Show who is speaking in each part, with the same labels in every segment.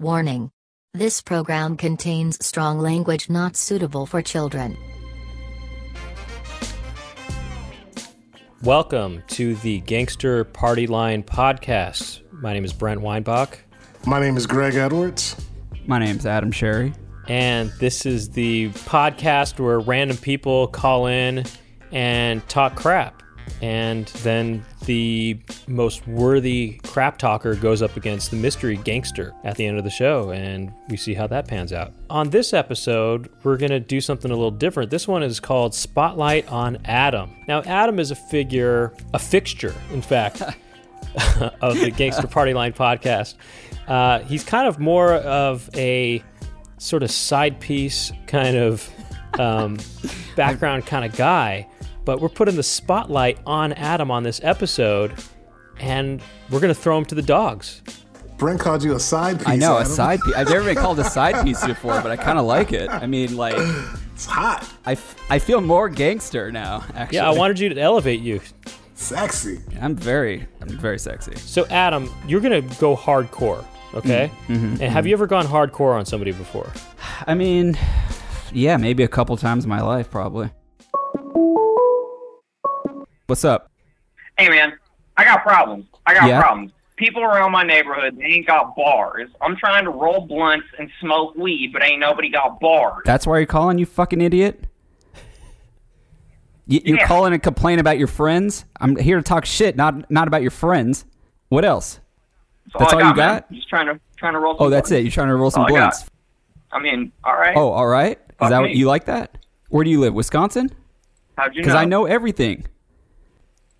Speaker 1: Warning. This program contains strong language not suitable for children.
Speaker 2: Welcome to the Gangster Party Line podcast. My name is Brent Weinbach,
Speaker 3: My name is Greg Edwards.
Speaker 4: My name's Adam Sherry.
Speaker 2: and this is the podcast where random people call in and talk crap. And then the most worthy crap talker goes up against the mystery gangster at the end of the show, and we see how that pans out. On this episode, we're going to do something a little different. This one is called Spotlight on Adam. Now, Adam is a figure, a fixture, in fact. of the Gangster Party Line podcast. Uh, he's kind of more of a sort of side piece, kind of um, background kind of guy. But we're putting the spotlight on Adam on this episode, and we're going to throw him to the dogs.
Speaker 3: Brent called you a side piece.
Speaker 4: I know a
Speaker 3: Adam.
Speaker 4: side piece. I've never been called a side piece before, but I kind of like it. I mean, like
Speaker 3: It's hot,
Speaker 4: I, f- I feel more gangster now. Actually,
Speaker 2: Yeah, I wanted you to elevate you.
Speaker 3: sexy.
Speaker 4: I'm very I'm very sexy.
Speaker 2: So, Adam, you're going to go hardcore, okay?
Speaker 4: Mm-hmm,
Speaker 2: and have you ever gone hardcore on somebody before?
Speaker 4: I mean, yeah, maybe a couple times in my life, probably. What's up?
Speaker 5: hey man, I got problems. I got
Speaker 4: Yeah?
Speaker 5: problems. People around my neighborhood they ain't got bars. I'm trying to roll blunts and smoke weed, but ain't nobody got bars.
Speaker 4: That's why you're calling you fucking idiot. You, you're
Speaker 5: Yeah.
Speaker 4: calling and complain about your friends. I'm here to talk shit, not not about your friends. What else? that's
Speaker 5: I
Speaker 4: all you
Speaker 5: man.
Speaker 4: got?
Speaker 5: Just trying to trying to roll. Some
Speaker 4: Oh, that's it.
Speaker 5: blunts.
Speaker 4: You're trying to roll some
Speaker 5: All I got.
Speaker 4: blunts.
Speaker 5: I mean, all right.
Speaker 4: Oh, all right. Is
Speaker 5: Fuck
Speaker 4: that
Speaker 5: me.
Speaker 4: you like that? Where do you live? Wisconsin?
Speaker 5: how'd you
Speaker 4: Because
Speaker 5: know?
Speaker 4: I know everything.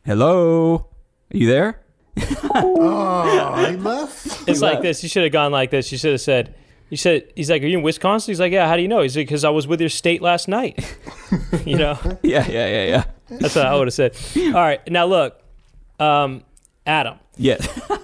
Speaker 4: Hello, are you there?
Speaker 3: Oh, he left.
Speaker 2: It's like this. You should have gone like this. You should have said, "You said." He's like, "Are you in Wisconsin?" He's like, "Yeah." How do you know? He's like, "Because I was with your state last night." you know,
Speaker 4: Yeah, yeah, yeah, yeah.
Speaker 2: that's what I would have said. All right, now look, um, Adam.
Speaker 4: Yeah.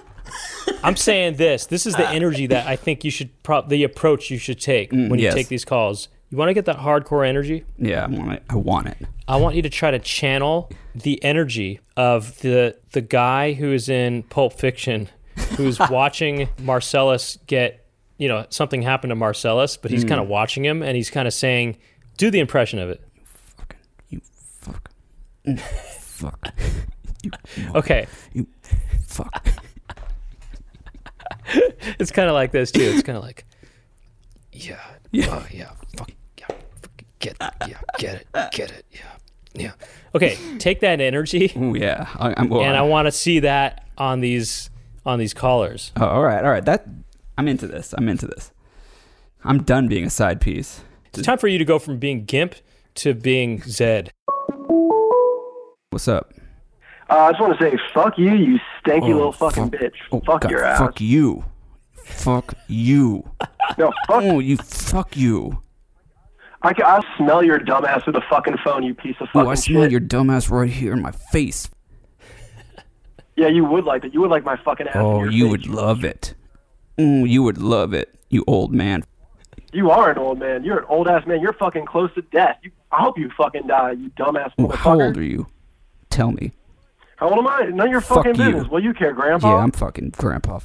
Speaker 4: Ah.
Speaker 2: I'm saying this. This is the energy that I think you should, pro- the approach you should take when you
Speaker 4: Mm, yes.
Speaker 2: take these calls. You want to get that hardcore energy.
Speaker 4: yeah, I want it. I want it.
Speaker 2: I want you to try to channel the energy of the the guy who is in Pulp Fiction, who's watching Marcellus get, you know, something happened to Marcellus, but
Speaker 4: Hmm.
Speaker 2: he's kind of watching him and he's kind of saying, "Do the impression of it."
Speaker 4: Fucking you fuck. fuck.
Speaker 2: Okay,
Speaker 4: You fuck.
Speaker 2: it's kind of like this too. It's kind of like, yeah, yeah, yeah, fuck, yeah, fuck, get, yeah, get it, get it, yeah, yeah. Okay, take that energy,
Speaker 4: Ooh, yeah. I, I'm well,
Speaker 2: and I
Speaker 4: I'm-
Speaker 2: want to see that on these on these callers.
Speaker 4: oh, all right, all right. That I'm into this. I'm into this. I'm done being a side piece.
Speaker 2: It's time for you to go from being Gimp to being Zed.
Speaker 4: What's up?
Speaker 6: Uh, I just want to say, fuck you, you stanky little fucking bitch.
Speaker 4: Oh,
Speaker 6: fuck
Speaker 4: God,
Speaker 6: your ass.
Speaker 4: Fuck you. Fuck you.
Speaker 6: No, fuck.
Speaker 4: oh, you fuck you.
Speaker 6: I, can, I smell your dumbass with a fucking phone, you piece of fucking
Speaker 4: Oh, I smell
Speaker 6: shit.
Speaker 4: your dumbass right here in my face.
Speaker 6: Yeah, you would like that. You would like my fucking ass. in
Speaker 4: Oh,
Speaker 6: your
Speaker 4: you
Speaker 6: face.
Speaker 4: would love it. Oh, you would love it, you old man.
Speaker 6: You are an old man. You're an old ass man. You're fucking close to death. You, I hope you fucking die, you dumbass
Speaker 4: Oh,
Speaker 6: motherfucker.
Speaker 4: how old are you? Tell me.
Speaker 6: How old am I? None of your
Speaker 4: Fuck
Speaker 6: fucking
Speaker 4: you.
Speaker 6: business. Well, you care, grandpa.
Speaker 4: Yeah, I'm fucking grandpa.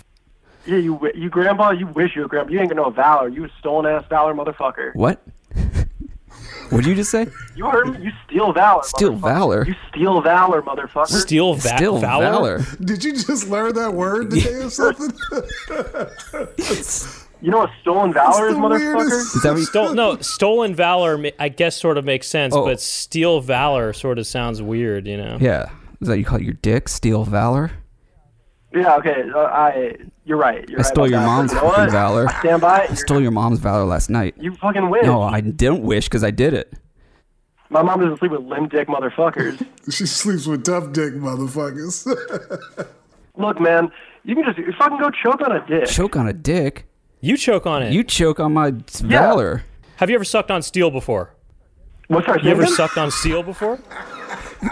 Speaker 6: Yeah, you, wi- you grandpa. You wish you were grandpa. You ain't gonna know valor. You a stolen ass valor, motherfucker.
Speaker 4: What? What'd you just say?
Speaker 6: You heard me. You steal valor.
Speaker 4: Steal
Speaker 6: motherfucker.
Speaker 4: valor?
Speaker 6: You steal valor, motherfucker.
Speaker 2: Steel va-
Speaker 4: Still
Speaker 2: valor?
Speaker 3: Did you just learn that word today or something?
Speaker 6: you know what stolen valor is,
Speaker 3: It's the
Speaker 6: motherfucker?
Speaker 4: Is that what you-
Speaker 2: Stol- no, stolen valor. ma- I guess sort of makes sense,
Speaker 4: Oh.
Speaker 2: but steel valor sort of sounds weird, you know.
Speaker 4: yeah. Is that you call your dick? Steel valor?
Speaker 6: Yeah, okay. Uh, I, you're right. You're
Speaker 4: I
Speaker 6: right
Speaker 4: stole
Speaker 6: about
Speaker 4: your
Speaker 6: that.
Speaker 4: mom's
Speaker 6: You know what?
Speaker 4: fucking valor.
Speaker 6: I stand by it.
Speaker 4: I stole your mom's valor last night.
Speaker 6: you fucking win.
Speaker 4: No, I didn't wish because I did it.
Speaker 6: My mom doesn't sleep with limb dick motherfuckers.
Speaker 3: she sleeps with tough dick motherfuckers.
Speaker 6: Look, man, you can just you fucking go choke on a dick.
Speaker 4: Choke on a dick?
Speaker 2: You choke on it.
Speaker 4: You choke on my valor.
Speaker 2: Have you ever sucked on steel before?
Speaker 6: What's our
Speaker 2: You ever sucked on steel before?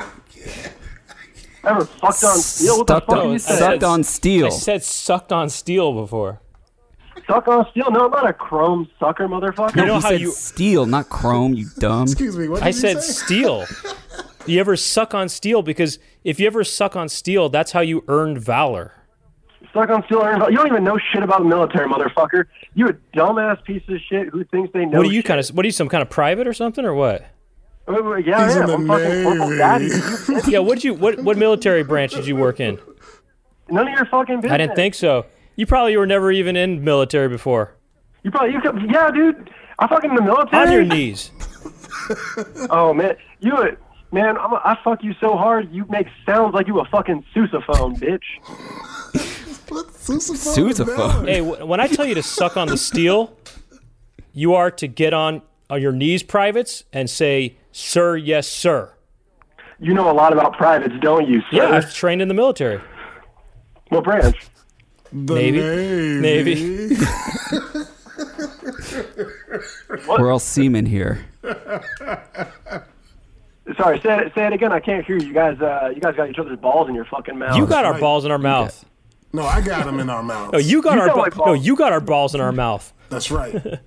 Speaker 6: Ever fucked on steel? What the
Speaker 4: Sucked
Speaker 6: fuck are
Speaker 4: on,
Speaker 6: you saying?
Speaker 4: sucked on steel.
Speaker 2: I said sucked on steel before.
Speaker 6: Suck on steel? No, I'm not a chrome sucker, motherfucker.
Speaker 2: You know
Speaker 4: he
Speaker 2: how
Speaker 4: said
Speaker 2: you?
Speaker 4: steel, not chrome, you dumb.
Speaker 3: Excuse me. What did
Speaker 2: I
Speaker 3: you
Speaker 2: said
Speaker 3: say?
Speaker 2: steel. You ever suck on steel? Because if you ever suck on steel, that's how you earn valor.
Speaker 6: suck on steel iron. You don't even know shit about the military, motherfucker. You a dumbass piece of shit who thinks they know.
Speaker 2: what are you
Speaker 6: shit.
Speaker 2: kind of? What are you, some kind of private or something, or what?
Speaker 6: Wait, wait, Yeah,
Speaker 3: He's
Speaker 6: I
Speaker 3: in
Speaker 6: am.
Speaker 3: the
Speaker 6: I'm fucking Corporal
Speaker 3: Navy.
Speaker 6: Daddy. You-
Speaker 2: Yeah, what did you? What what military branch did you work in?
Speaker 6: None of your fucking business.
Speaker 2: I didn't think so. You probably were never even in military before.
Speaker 6: You probably you could, yeah, dude. I fucking in the military.
Speaker 2: On your knees.
Speaker 6: Oh man, you a, man. I'm a, I fuck you so hard. You make sounds like you a fucking sousaphone, bitch.
Speaker 3: What? Sousaphone? is
Speaker 4: Sousaphone.
Speaker 2: Hey, wh- when I tell you to suck on the steel, you are to get on on your knees, privates, and say, "Sir, yes, sir."
Speaker 6: You know a lot about privates, don't you,
Speaker 2: Yeah,
Speaker 6: sir?
Speaker 2: I was trained in the military.
Speaker 6: What branch?
Speaker 3: The
Speaker 2: Navy.
Speaker 3: Navy.
Speaker 2: Navy.
Speaker 4: We're all seamen here.
Speaker 6: Sorry, say it, say it again. I can't hear you. You guys. Uh, you guys got each other's balls in your fucking mouth.
Speaker 2: You got our
Speaker 3: right.
Speaker 2: balls in our mouth.
Speaker 3: No, I got him in our mouth.
Speaker 2: No, you got
Speaker 6: You
Speaker 2: our
Speaker 6: got my
Speaker 2: ba- no,
Speaker 6: balls.
Speaker 2: you got our balls in our mouth.
Speaker 3: That's right.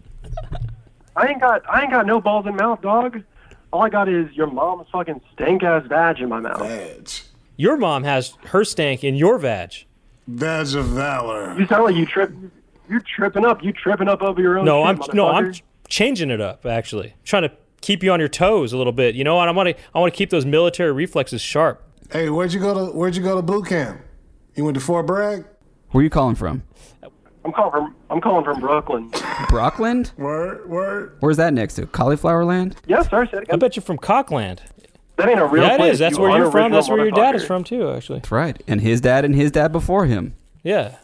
Speaker 6: I ain't got. I ain't got no balls in mouth, dog. All I got is your mom's fucking stank ass badge in my mouth.
Speaker 3: Badge.
Speaker 2: Your mom has her stank in your vag.
Speaker 3: Badge of valor.
Speaker 6: You sound like you trip. You're tripping up. You tripping up over your own.
Speaker 2: No,
Speaker 6: shit,
Speaker 2: I'm no, I'm
Speaker 6: motherfucker.
Speaker 2: changing it up actually. trying to keep you on your toes a little bit. You know what? I want to I want to keep those military reflexes sharp.
Speaker 3: Hey, where'd you go to? Where'd you go to boot camp? You went to Fort Bragg.
Speaker 4: Where you calling from?
Speaker 6: I'm calling from. I'm calling from Brooklyn.
Speaker 4: Brockland?
Speaker 3: Word, word.
Speaker 4: Where's that next to? Cauliflower Land?
Speaker 6: yes, sir. Say it
Speaker 2: I
Speaker 6: again.
Speaker 2: bet you're from Cockland.
Speaker 6: That ain't a real
Speaker 2: Yeah, it
Speaker 6: place.
Speaker 2: is. That's
Speaker 6: you
Speaker 2: where you're from.
Speaker 6: unoriginal
Speaker 2: That's where your dad is
Speaker 6: motherfucker.
Speaker 2: from too, actually.
Speaker 4: That's right. And his dad and his dad before him.
Speaker 2: Yeah.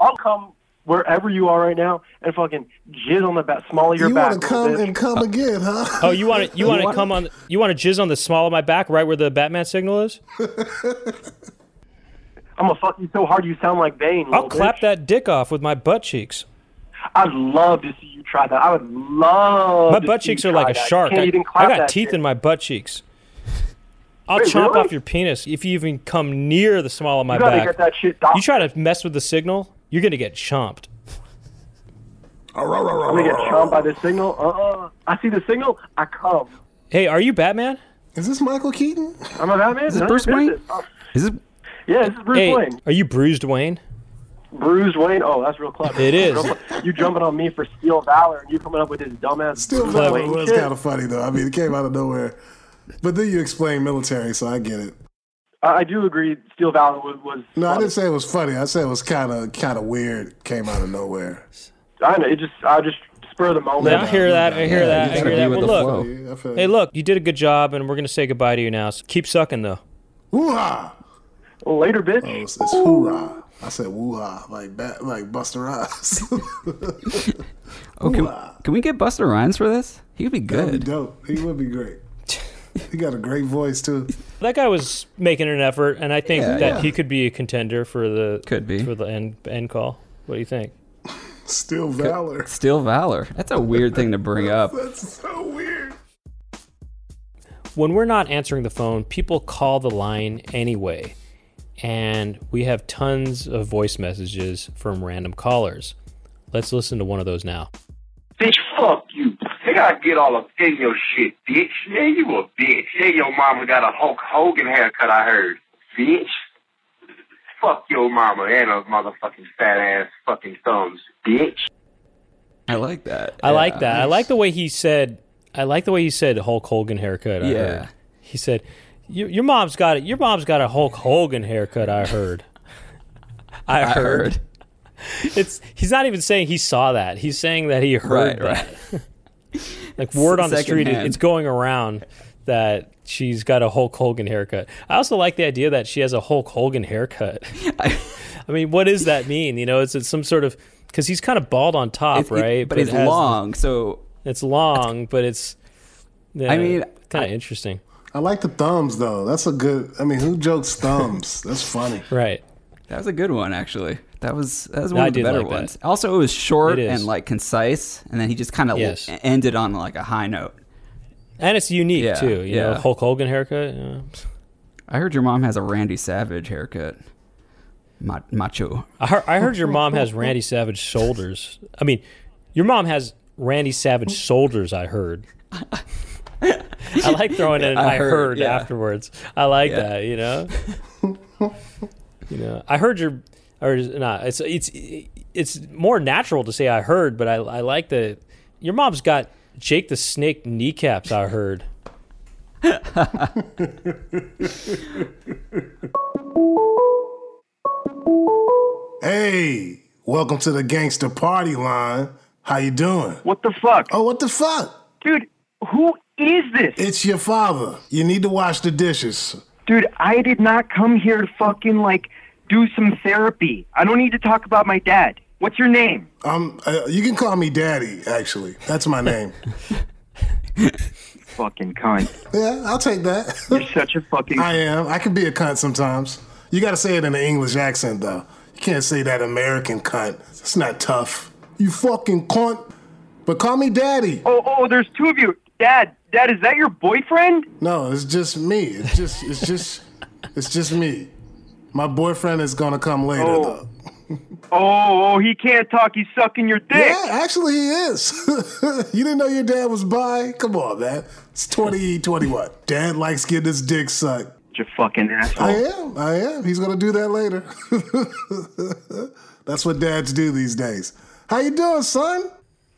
Speaker 6: I'll come wherever you are right now and fucking jizz on the back, small of your
Speaker 3: you
Speaker 6: back.
Speaker 3: want to come
Speaker 6: bitch.
Speaker 3: and come again, huh?
Speaker 2: Uh, Oh, you want to you want to
Speaker 4: wanna-
Speaker 2: come on? You want to jizz on the small of my back, right where the Batman signal is?
Speaker 6: I'm gonna fuck you so hard you sound like Bane.
Speaker 2: I'll
Speaker 6: little
Speaker 2: clap
Speaker 6: bitch.
Speaker 2: that dick off with my butt cheeks.
Speaker 6: I'd love to see you try that. I would love.
Speaker 2: My
Speaker 6: to
Speaker 2: butt
Speaker 6: see you
Speaker 2: cheeks are
Speaker 6: try
Speaker 2: like a
Speaker 6: that. You
Speaker 2: shark.
Speaker 6: Can't
Speaker 2: I,
Speaker 6: even
Speaker 2: I
Speaker 6: clap
Speaker 2: got
Speaker 6: that
Speaker 2: teeth
Speaker 6: shit.
Speaker 2: in my butt cheeks. I'll
Speaker 6: Wait,
Speaker 2: chomp
Speaker 6: really?
Speaker 2: off your penis if you even come near the small of my
Speaker 6: You gotta
Speaker 2: back.
Speaker 6: get that shit. Doc-
Speaker 2: You try to mess with the signal, you're gonna get chomped.
Speaker 6: I'm gonna get chomped by the signal. Uh uh I see the signal. I come.
Speaker 2: Hey, are you Batman?
Speaker 3: Is this Michael Keaton?
Speaker 6: I'm a Batman. Is
Speaker 4: this Bruce Wayne? Is it
Speaker 6: Yeah, this is Bruce
Speaker 2: Hey,
Speaker 6: Wayne.
Speaker 2: are you Bruised Wayne?
Speaker 6: Bruce Wayne. Oh, that's real clever.
Speaker 2: It is.
Speaker 6: Real clever. you jumping on me for Steel Valor and you coming up with this dumbass.
Speaker 3: Still
Speaker 6: Bruce
Speaker 3: clever.
Speaker 6: Wayne
Speaker 3: It was
Speaker 6: shit.
Speaker 3: kind of funny though. I mean, it came out of nowhere. But then you explain military, so I get it.
Speaker 6: I I do agree. Steel Valor was. was
Speaker 3: No, I
Speaker 6: funny.
Speaker 3: didn't say it was funny. I said it was kind of kind of weird. Came out of nowhere.
Speaker 6: I know. It just. I just spur of the moment.
Speaker 2: I hear that. I hear that. I
Speaker 4: gotta
Speaker 2: hear
Speaker 4: be
Speaker 2: that.
Speaker 4: with
Speaker 2: Well,
Speaker 4: the
Speaker 2: look.
Speaker 4: flow.
Speaker 3: Yeah, I feel
Speaker 2: Hey,
Speaker 3: you.
Speaker 2: look. You did a good job, and we're gonna say goodbye to you now. So keep sucking though.
Speaker 3: Woo-ha! Oh,
Speaker 6: Later, bitch.
Speaker 3: It's, it's hoorah. I said woo-ha, like bat, like Buster Rhymes.
Speaker 4: Oh, can, can we get Buster Rhymes for this? He would be
Speaker 3: That'd be
Speaker 4: good.
Speaker 3: dope. He would be great. He got a great voice too.
Speaker 2: That guy was making an effort, and I think
Speaker 4: Yeah,
Speaker 2: that
Speaker 4: yeah.
Speaker 2: he could be a contender for the
Speaker 4: Could be.
Speaker 2: for the end end call. What do you think?
Speaker 3: Still valor.
Speaker 4: Still Valor. That's a weird thing to bring up.
Speaker 3: That's so weird.
Speaker 2: when we're not answering the phone, people call the line anyway. And we have tons of voice messages from random callers. Let's listen to one of those now.
Speaker 7: Bitch, fuck you. They gotta get all up in your shit, bitch. Yeah, you a bitch. Yeah, your mama got a Hulk Hogan haircut, I heard. Bitch. Fuck your mama and her motherfucking fat ass fucking thumbs, bitch.
Speaker 4: I like that.
Speaker 2: I like
Speaker 4: Yeah.
Speaker 2: that. I like the way he said. I like the way he said Hulk Hogan haircut. I
Speaker 4: Yeah.
Speaker 2: heard. He said, "Your your mom's got it. Your mom's got a Hulk Hogan haircut." I heard. I
Speaker 4: I
Speaker 2: heard.
Speaker 4: heard.
Speaker 2: It's. He's not even saying he saw that. He's saying that he heard
Speaker 4: Right,
Speaker 2: that. like word on the street, it,
Speaker 4: Secondhand.
Speaker 2: it's going around that she's got a Hulk Hogan haircut. I also like the idea that she has a Hulk Hogan haircut. I mean, what does that mean? You know, it's, it's some sort of because he's kind of bald on top,
Speaker 4: It- it-
Speaker 2: right?
Speaker 4: but it's
Speaker 2: it has-
Speaker 4: long, so
Speaker 2: it's long, but it's. yeah,
Speaker 4: I mean,
Speaker 2: kind of interesting,
Speaker 3: I like the thumbs though. That's a good. I mean, who jokes thumbs? That's funny.
Speaker 2: right?
Speaker 4: that was a good one actually. That was that was
Speaker 2: No,
Speaker 4: one
Speaker 2: I
Speaker 4: of the
Speaker 2: did
Speaker 4: better
Speaker 2: like that.
Speaker 4: ones. Also, it was short
Speaker 2: It is.
Speaker 4: and like concise, and then he just kind of
Speaker 2: Yes.
Speaker 4: ended on like a high note.
Speaker 2: And it's unique
Speaker 4: Yeah,
Speaker 2: too. You know,
Speaker 4: yeah.
Speaker 2: Hulk Hogan haircut. you know.
Speaker 4: I heard your mom has a Randy Savage haircut. Ma- macho.
Speaker 2: I, heard, I heard your mom has Randy Savage shoulders. I mean, your mom has Randy Savage shoulders. I heard. I like throwing in
Speaker 4: I
Speaker 2: "I heard,
Speaker 4: heard," yeah.
Speaker 2: afterwards. I like
Speaker 4: Yeah.
Speaker 2: that. You know. you know, I heard your. I or is it not. It's it's it's more natural to say I heard, but I I like the your mom's got Jake the Snake kneecaps. I heard.
Speaker 3: Hey, welcome to the gangster party line. How you doing?
Speaker 5: What the fuck?
Speaker 3: Oh, what the fuck?
Speaker 5: Dude, who is this?
Speaker 3: It's your father. You need to wash the dishes.
Speaker 5: Dude, I did not come here to fucking like do some therapy. I don't need to talk about my dad. What's your name?
Speaker 3: Um, uh, you can call me Daddy. Actually, that's my name.
Speaker 5: Fucking cunt.
Speaker 3: yeah, I'll take that.
Speaker 5: You're such a fucking
Speaker 3: I am. I can be a cunt sometimes. You got to say it in an English accent though. You can't say that American cunt. It's not tough. You fucking cunt. But call me Daddy.
Speaker 5: Oh, oh, there's two of you. Dad, Dad, is that your boyfriend?
Speaker 3: No, it's just me. It's just it's just it's just me. My boyfriend is gonna come later
Speaker 5: Oh.
Speaker 3: though.
Speaker 5: Oh, oh, he can't talk. He's sucking your dick.
Speaker 3: Yeah, actually he is. you didn't know your dad was bi? Come on, man. It's 20, 20 what? Dad likes getting his dick sucked.
Speaker 5: You fucking asshole.
Speaker 3: I am, I am. He's gonna do that later. That's what dads do these days. How you doing, son?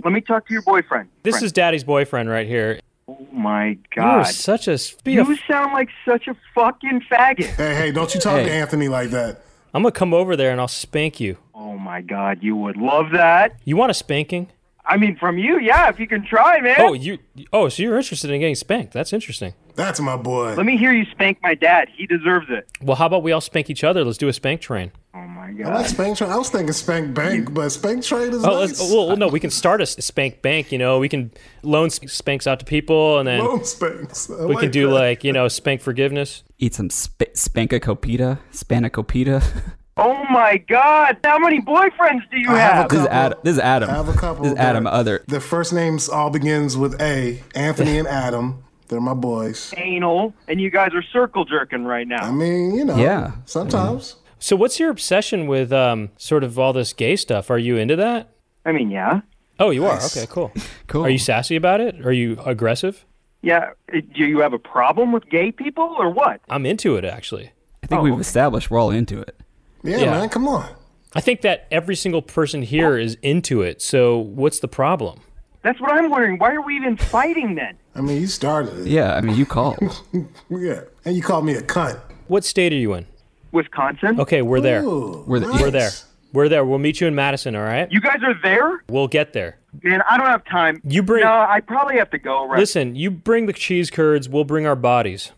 Speaker 5: Let me talk to your boyfriend.
Speaker 2: This
Speaker 5: Friend.
Speaker 2: is Daddy's boyfriend right here.
Speaker 5: Oh my
Speaker 2: You're
Speaker 5: god.
Speaker 2: such a. Be a
Speaker 5: You sound like such a fucking faggot.
Speaker 3: Hey, hey, don't you talk to
Speaker 4: Hey.
Speaker 3: Anthony like that.
Speaker 2: I'm gonna come over there and I'll spank you.
Speaker 5: Oh my god, you would love that.
Speaker 2: You want a spanking?
Speaker 5: I mean, from you, yeah, if you can try, man.
Speaker 2: Oh, you. Oh, so you're interested in getting spanked? That's interesting.
Speaker 3: That's my boy.
Speaker 5: Let me hear you spank my dad. He deserves it.
Speaker 2: Well, how about we all spank each other? Let's do a spank train.
Speaker 5: Oh
Speaker 3: I
Speaker 5: my
Speaker 3: like
Speaker 5: god.
Speaker 3: Spank Train. I was thinking Spank Bank, but Spank Train is
Speaker 2: Oh,
Speaker 3: nice.
Speaker 2: let's, oh, well, no, we can start a s- spank bank. You know, we can loan sp- spanks out to people, and then
Speaker 3: Loan Spanks. I
Speaker 2: we can do
Speaker 3: that.
Speaker 2: like you know spank forgiveness.
Speaker 4: Eat some sp- spanakopita. Spanakopita.
Speaker 5: Oh my god. How many boyfriends do you
Speaker 3: I have a
Speaker 5: have?
Speaker 4: this is
Speaker 3: Couple.
Speaker 4: Adam. This is Adam.
Speaker 3: I have a couple.
Speaker 4: This is Adam.
Speaker 3: that-
Speaker 4: Other.
Speaker 3: Their first names all begins with A. Anthony and Adam. They're my boys.
Speaker 5: Anal, and you guys are circle jerking right
Speaker 3: I
Speaker 5: now.
Speaker 3: mean, you know.
Speaker 4: Yeah.
Speaker 3: Sometimes.
Speaker 2: So, what's your obsession with um, sort of all this gay stuff? Are you into that?
Speaker 5: I mean, yeah.
Speaker 2: Oh, you are. Okay, cool.
Speaker 4: Cool.
Speaker 2: Are you sassy about it? Are you aggressive?
Speaker 5: Yeah. eh, Do you have a problem with gay people or what?
Speaker 2: I'm into it actually.
Speaker 4: I think
Speaker 5: Oh,
Speaker 4: we've
Speaker 5: okay.
Speaker 4: established we're all into it.
Speaker 3: Yeah,
Speaker 2: Yeah.
Speaker 3: man. Come on.
Speaker 2: I think that every single person here
Speaker 3: Oh.
Speaker 2: is into it. So, what's the problem?
Speaker 5: That's what I'm wondering. Why are we even fighting then?
Speaker 3: I mean, you started it.
Speaker 4: Yeah. I mean, you called.
Speaker 3: Yeah. And you called me a cunt.
Speaker 2: What state are you in?
Speaker 5: Wisconsin?
Speaker 2: Okay, we're there.
Speaker 3: Ooh,
Speaker 4: We're the-
Speaker 3: nice.
Speaker 2: We're there. We're there. We'll meet you in Madison. All right.
Speaker 5: You guys are there?
Speaker 2: We'll get there.
Speaker 5: Man, I don't have time.
Speaker 2: You bring-
Speaker 5: No, I probably have to go. Right.
Speaker 2: Listen, you bring the cheese curds. We'll bring our bodies.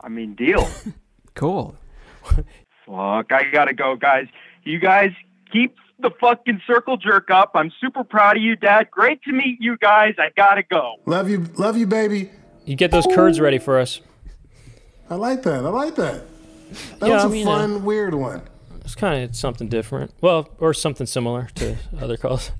Speaker 5: I mean, deal.
Speaker 4: Cool.
Speaker 5: Fuck, I gotta go, guys. You guys keep the fucking circle jerk up. I'm super proud of you, Dad. Great to meet you guys. I gotta go.
Speaker 4: Mm-hmm.
Speaker 3: Love you. Love you, baby.
Speaker 2: You get those curds ready for us.
Speaker 3: I like that. I like that. That
Speaker 2: Yeah,
Speaker 3: was a
Speaker 2: I mean, uh,
Speaker 3: fun, weird one.
Speaker 2: It's kind of something different. Well, or something similar to other calls.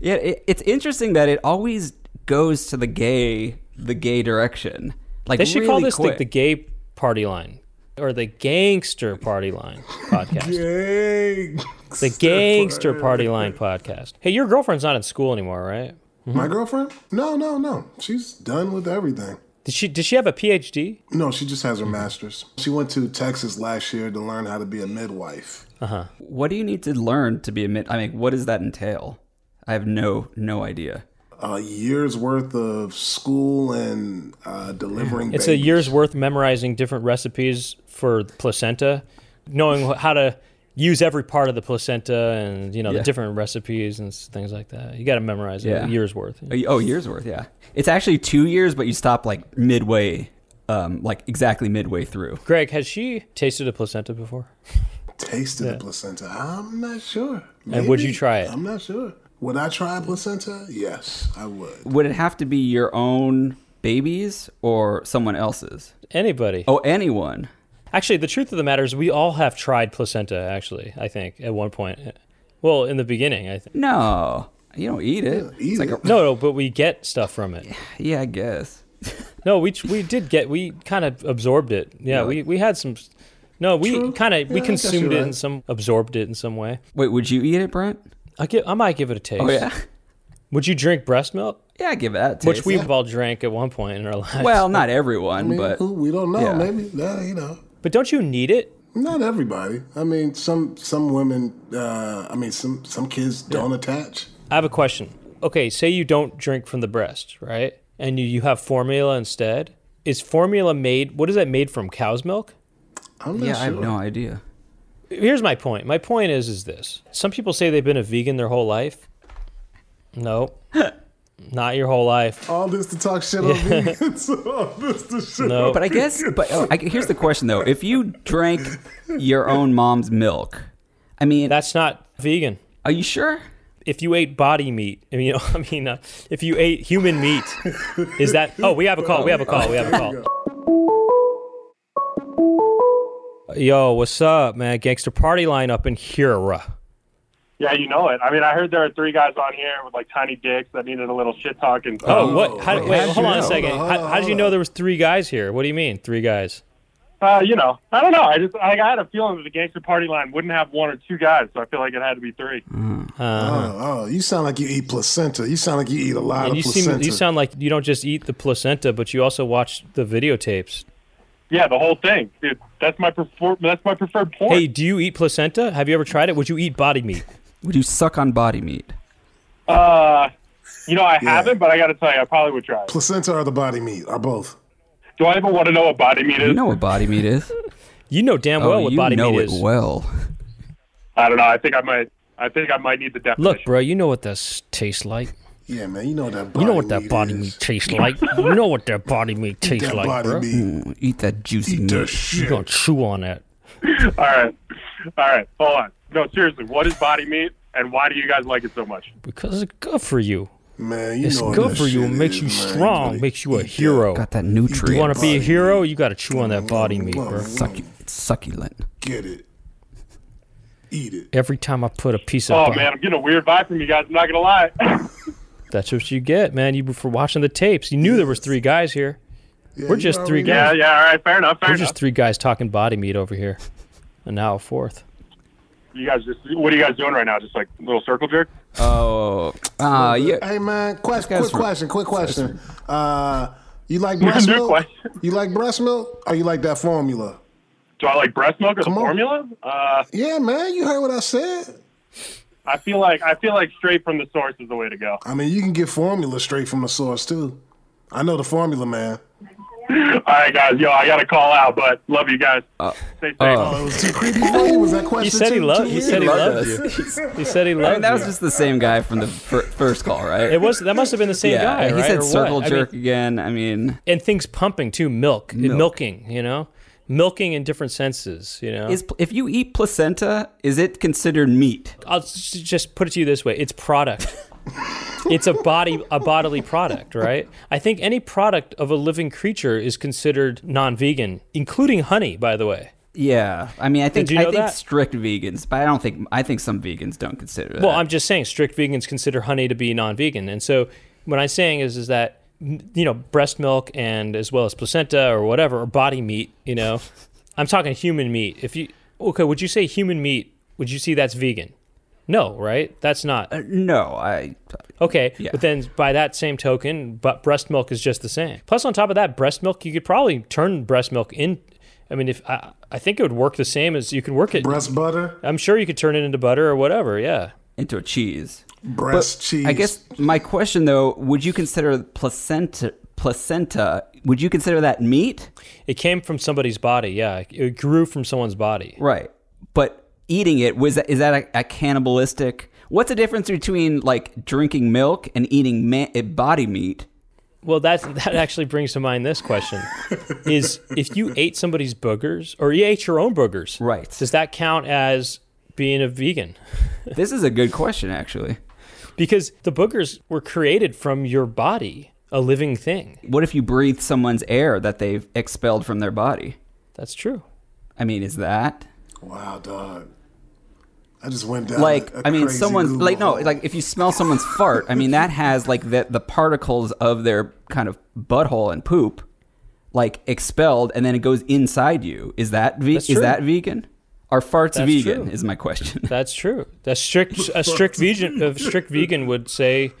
Speaker 4: Yeah, it, it's interesting that it always goes to the gay, the gay direction. Like
Speaker 2: They should call
Speaker 4: really
Speaker 2: this like
Speaker 4: quick.
Speaker 2: the gay party line or the gangster party line podcast.
Speaker 3: Hey.
Speaker 2: the gangster party line podcast. Hey, your girlfriend's not in school anymore, right?
Speaker 3: My girlfriend? No, no, no. She's done with everything.
Speaker 2: Did she did she have a PhD?
Speaker 3: No, she just has her master's. She went to Texas last year to learn how to be a midwife.
Speaker 2: Uh-huh.
Speaker 4: what do you need to learn to be a mid? I mean, what does that entail? I have no no idea.
Speaker 3: A year's worth of school and uh, delivering.
Speaker 2: It's a
Speaker 3: babies.
Speaker 2: year's worth memorizing different recipes for placenta, knowing wh- how to use every part of the placenta and you know
Speaker 4: Yeah.
Speaker 2: the different recipes and s- things like that. You got to memorize
Speaker 4: Yeah.
Speaker 2: a year's worth.
Speaker 4: A- Oh, years worth, yeah. It's actually two years, but you stop like midway, um, like exactly midway through.
Speaker 2: Greg, has she tasted a placenta before?
Speaker 3: Tasted the placenta. I'm not sure.
Speaker 2: And would
Speaker 3: Maybe.
Speaker 2: you try it?
Speaker 3: I'm not sure. Would I try placenta? Yes, I would.
Speaker 4: Would it have to be your own babies or someone else's?
Speaker 2: Anybody?
Speaker 4: Oh, anyone.
Speaker 2: Actually, the truth of the matter is we all have tried placenta. Actually, I think at one point. Well, in the beginning, I think.
Speaker 4: No, you don't eat it.
Speaker 3: Eat it.
Speaker 2: No, no, but we get stuff from it.
Speaker 4: Yeah, I guess.
Speaker 2: No, we we did get we kind of absorbed it. Yeah, we we had some. No, we
Speaker 3: True.
Speaker 2: kind of
Speaker 3: Yeah, I
Speaker 2: we
Speaker 3: guess
Speaker 2: consumed
Speaker 3: you're
Speaker 2: it
Speaker 3: right.
Speaker 2: in some absorbed it in some way.
Speaker 4: Wait, would you eat it, Brent?
Speaker 2: I give I might give it a taste.
Speaker 4: Oh yeah,
Speaker 2: Would you drink breast milk,
Speaker 4: yeah. I Give it that. a
Speaker 2: which
Speaker 4: taste.
Speaker 2: we've all drank at one point in our lives?
Speaker 4: Well, not everyone,
Speaker 3: I mean,
Speaker 4: but
Speaker 3: who- we don't know.
Speaker 4: yeah.
Speaker 3: Maybe. Nah, you know.
Speaker 2: but don't you need it?
Speaker 3: Not everybody. I mean, some some women. Uh, I mean, some some kids don't attach.
Speaker 2: I have a question. Okay, say you don't drink from the breast, right? And you, you have formula instead. Is formula made, what is that made from? Cow's milk?
Speaker 3: I'm not
Speaker 4: Yeah, I
Speaker 3: sure.
Speaker 4: have no idea.
Speaker 2: Here's my point. My point is is this. Some people say they've been a vegan their whole life. No. Not your whole life.
Speaker 3: All this to talk shit on vegans. All this to shit.
Speaker 2: No.
Speaker 3: on-
Speaker 4: But I guess, but oh, I, here's the question though: If you drank your own mom's milk, I mean,
Speaker 2: That's not vegan.
Speaker 4: are you sure?
Speaker 2: If you ate body meat, I mean, you know, I mean, uh, if you ate human meat, is that? Oh, we have a call. We have a call. We have a call. Yo, what's up, man? Gangster party line up in here.
Speaker 6: Yeah, you know it. I mean, I heard there are three guys on here with like tiny dicks that needed a little shit talking.
Speaker 2: Oh, what? How, wait,
Speaker 4: how'd
Speaker 2: hold
Speaker 4: you
Speaker 2: on a
Speaker 4: know?
Speaker 2: second.
Speaker 3: Hold on,
Speaker 2: how,
Speaker 3: hold
Speaker 2: how did you
Speaker 3: on.
Speaker 2: know there was three guys here? What do you mean, three guys?
Speaker 6: Uh, you know, I don't know. I just I, I had a feeling that the gangster party line wouldn't have one or two guys, so I feel like it had to be three.
Speaker 4: Mm.
Speaker 2: Uh-huh.
Speaker 3: Oh, oh, you sound like you eat placenta. You sound like you eat a lot
Speaker 2: And
Speaker 3: of
Speaker 2: you
Speaker 3: placenta.
Speaker 2: seem you sound like you don't just eat the placenta, but you also watch the videotapes.
Speaker 6: Yeah, the whole thing, dude. That's my prefer- That's my preferred porn.
Speaker 2: Hey, do you eat placenta? Have you ever tried it? Would you eat body meat?
Speaker 4: Would you suck on body meat?
Speaker 6: Uh, you know, I
Speaker 3: Yeah.
Speaker 6: haven't, but I got to tell you, I probably would try. it.
Speaker 3: placenta or the body meat or both.
Speaker 6: Do I even want to know what body meat is?
Speaker 4: You know what body meat is?
Speaker 2: You know damn well
Speaker 4: oh,
Speaker 2: what
Speaker 4: you
Speaker 2: body
Speaker 4: know
Speaker 2: meat
Speaker 4: it
Speaker 2: is.
Speaker 4: well.
Speaker 6: I don't know. I think I might. I think I might need the definition.
Speaker 2: Look, bro, you know what that s- tastes like.
Speaker 3: Yeah, man, you know that. Body
Speaker 2: You know what that
Speaker 3: meat
Speaker 2: body
Speaker 3: is.
Speaker 2: meat tastes like. You know what that body meat tastes
Speaker 3: That
Speaker 2: like,
Speaker 3: body
Speaker 2: bro.
Speaker 3: meat.
Speaker 4: Eat that juicy
Speaker 3: Eat the
Speaker 4: meat.
Speaker 2: You
Speaker 3: shit.
Speaker 2: gonna chew on that?
Speaker 6: All right, all right. Hold on. No, seriously, what is body meat, and why do you guys like it so much?
Speaker 2: Because it's good for you.
Speaker 3: Man, you
Speaker 2: It's
Speaker 3: know what
Speaker 2: good
Speaker 3: that
Speaker 2: for you. It
Speaker 3: shit
Speaker 2: makes
Speaker 3: is,
Speaker 2: you
Speaker 3: man.
Speaker 2: strong. Makes you a hero.
Speaker 4: Got that
Speaker 2: You want
Speaker 4: nutrient.
Speaker 2: to be
Speaker 3: body
Speaker 2: a hero? You got to chew on that body meat,
Speaker 3: Look,
Speaker 2: bro.
Speaker 3: look,
Speaker 4: Succu- it's succulent.
Speaker 3: Get it. Eat it.
Speaker 2: Every time I put a piece of
Speaker 6: Oh
Speaker 2: bu-
Speaker 6: man, I'm getting a weird vibe from you guys. I'm not gonna lie.
Speaker 2: that's what you get, man. You for watching the tapes. You knew there was three guys here.
Speaker 3: Yeah,
Speaker 2: We're
Speaker 3: you
Speaker 2: just three
Speaker 3: already
Speaker 2: guys.
Speaker 6: yeah, yeah. All right, fair enough. Fair
Speaker 2: We're
Speaker 6: enough.
Speaker 2: just three guys talking body meat over here, and now a fourth.
Speaker 6: You guys just what are you guys doing right now? Just like little circle jerk?
Speaker 4: Oh, ah, yeah.
Speaker 3: Hey man, quest,
Speaker 4: guy's
Speaker 3: quick
Speaker 4: re-
Speaker 3: question, quick question. Uh, you like breast
Speaker 6: do a
Speaker 3: milk?
Speaker 6: question.
Speaker 3: You like breast milk? Or you like that formula?
Speaker 6: Do I like breast milk or the
Speaker 3: Come on.
Speaker 6: formula? Uh,
Speaker 3: Yeah, man, you heard what I said.
Speaker 6: I feel like I feel like straight from the source is the way to go.
Speaker 3: I mean, you can get formula straight from the source too. I know the formula, man.
Speaker 6: All right, guys. Yo, I gotta call out, but love you guys.
Speaker 4: Uh,
Speaker 6: Stay safe.
Speaker 3: Oh, it was too creepy for you. Was that question?
Speaker 2: He said he
Speaker 3: too-
Speaker 2: loved.
Speaker 3: too
Speaker 2: He
Speaker 3: weird?
Speaker 2: said he
Speaker 4: loved
Speaker 2: loved you. He said he
Speaker 4: I mean,
Speaker 2: loved.
Speaker 4: that was
Speaker 2: you.
Speaker 4: just the same guy from the fir- first call, right?
Speaker 2: It was that must have been the same
Speaker 4: yeah,
Speaker 2: guy,
Speaker 4: he
Speaker 2: right? Or
Speaker 4: said
Speaker 2: what?
Speaker 4: circle
Speaker 2: I mean,
Speaker 4: jerk again. I mean,
Speaker 2: and things pumping too. Milk,
Speaker 4: Milk.
Speaker 2: milking. You know, milking in different senses. You know,
Speaker 4: is if you eat placenta, is it considered meat?
Speaker 2: I'll s- just put it to you this way: it's product. it's a body, a bodily product, right? I think any product of a living creature is considered non-vegan, including honey, by the way.
Speaker 4: Yeah, I mean, I think
Speaker 2: you know
Speaker 4: I think
Speaker 2: that?
Speaker 4: strict vegans, but I don't think I think some vegans don't consider that.
Speaker 2: Well, I'm just saying strict vegans consider honey to be non-vegan, and so what I'm saying is is that m- you know breast milk and as well as placenta or whatever or body meat, you know, I'm talking human meat. If you okay, would you say human meat? Would you see that's vegan? No, right? That's not
Speaker 4: Uh, no, I
Speaker 2: okay.
Speaker 4: yeah.
Speaker 2: But then by that same token, but breast milk is just the same. Plus, on top of that, breast milk you could probably turn breast milk in. I mean, if I, I think it would work the same as you can work it.
Speaker 3: breast butter,
Speaker 2: I'm sure you could turn it into butter or whatever. Yeah.
Speaker 4: into a cheese.
Speaker 3: breast cheese.
Speaker 4: I guess my question though, would you consider placenta placenta? Would you consider that meat?
Speaker 2: It came from somebody's body. Yeah, it grew from someone's body.
Speaker 4: Right, but eating it was that, is that a, a cannibalistic? What's the difference between like drinking milk and eating ma- eh, body meat?
Speaker 2: Well, that's that actually brings to mind this question: is if you ate somebody's boogers or you ate your own boogers,
Speaker 4: Right.
Speaker 2: Does that count as being a vegan?
Speaker 4: This is a good question, actually.
Speaker 2: Because the boogers were created from your body, a living thing.
Speaker 4: What if you breathe someone's air that they've expelled from their body?
Speaker 2: That's true.
Speaker 4: I mean, is that
Speaker 3: wow, dog. I just went down.
Speaker 4: like
Speaker 3: a- a
Speaker 4: I mean
Speaker 3: crazy
Speaker 4: someone's
Speaker 3: Google
Speaker 4: like no
Speaker 3: hole.
Speaker 4: like if you smell someone's fart I mean that has like the the particles of their kind of butthole and poop like expelled and then it goes inside you is that ve-
Speaker 2: That's
Speaker 4: is
Speaker 2: true.
Speaker 4: that vegan are farts
Speaker 2: That's
Speaker 4: vegan
Speaker 2: true.
Speaker 4: is my question
Speaker 2: That's true. That's strict. A strict vegan. A strict vegan would say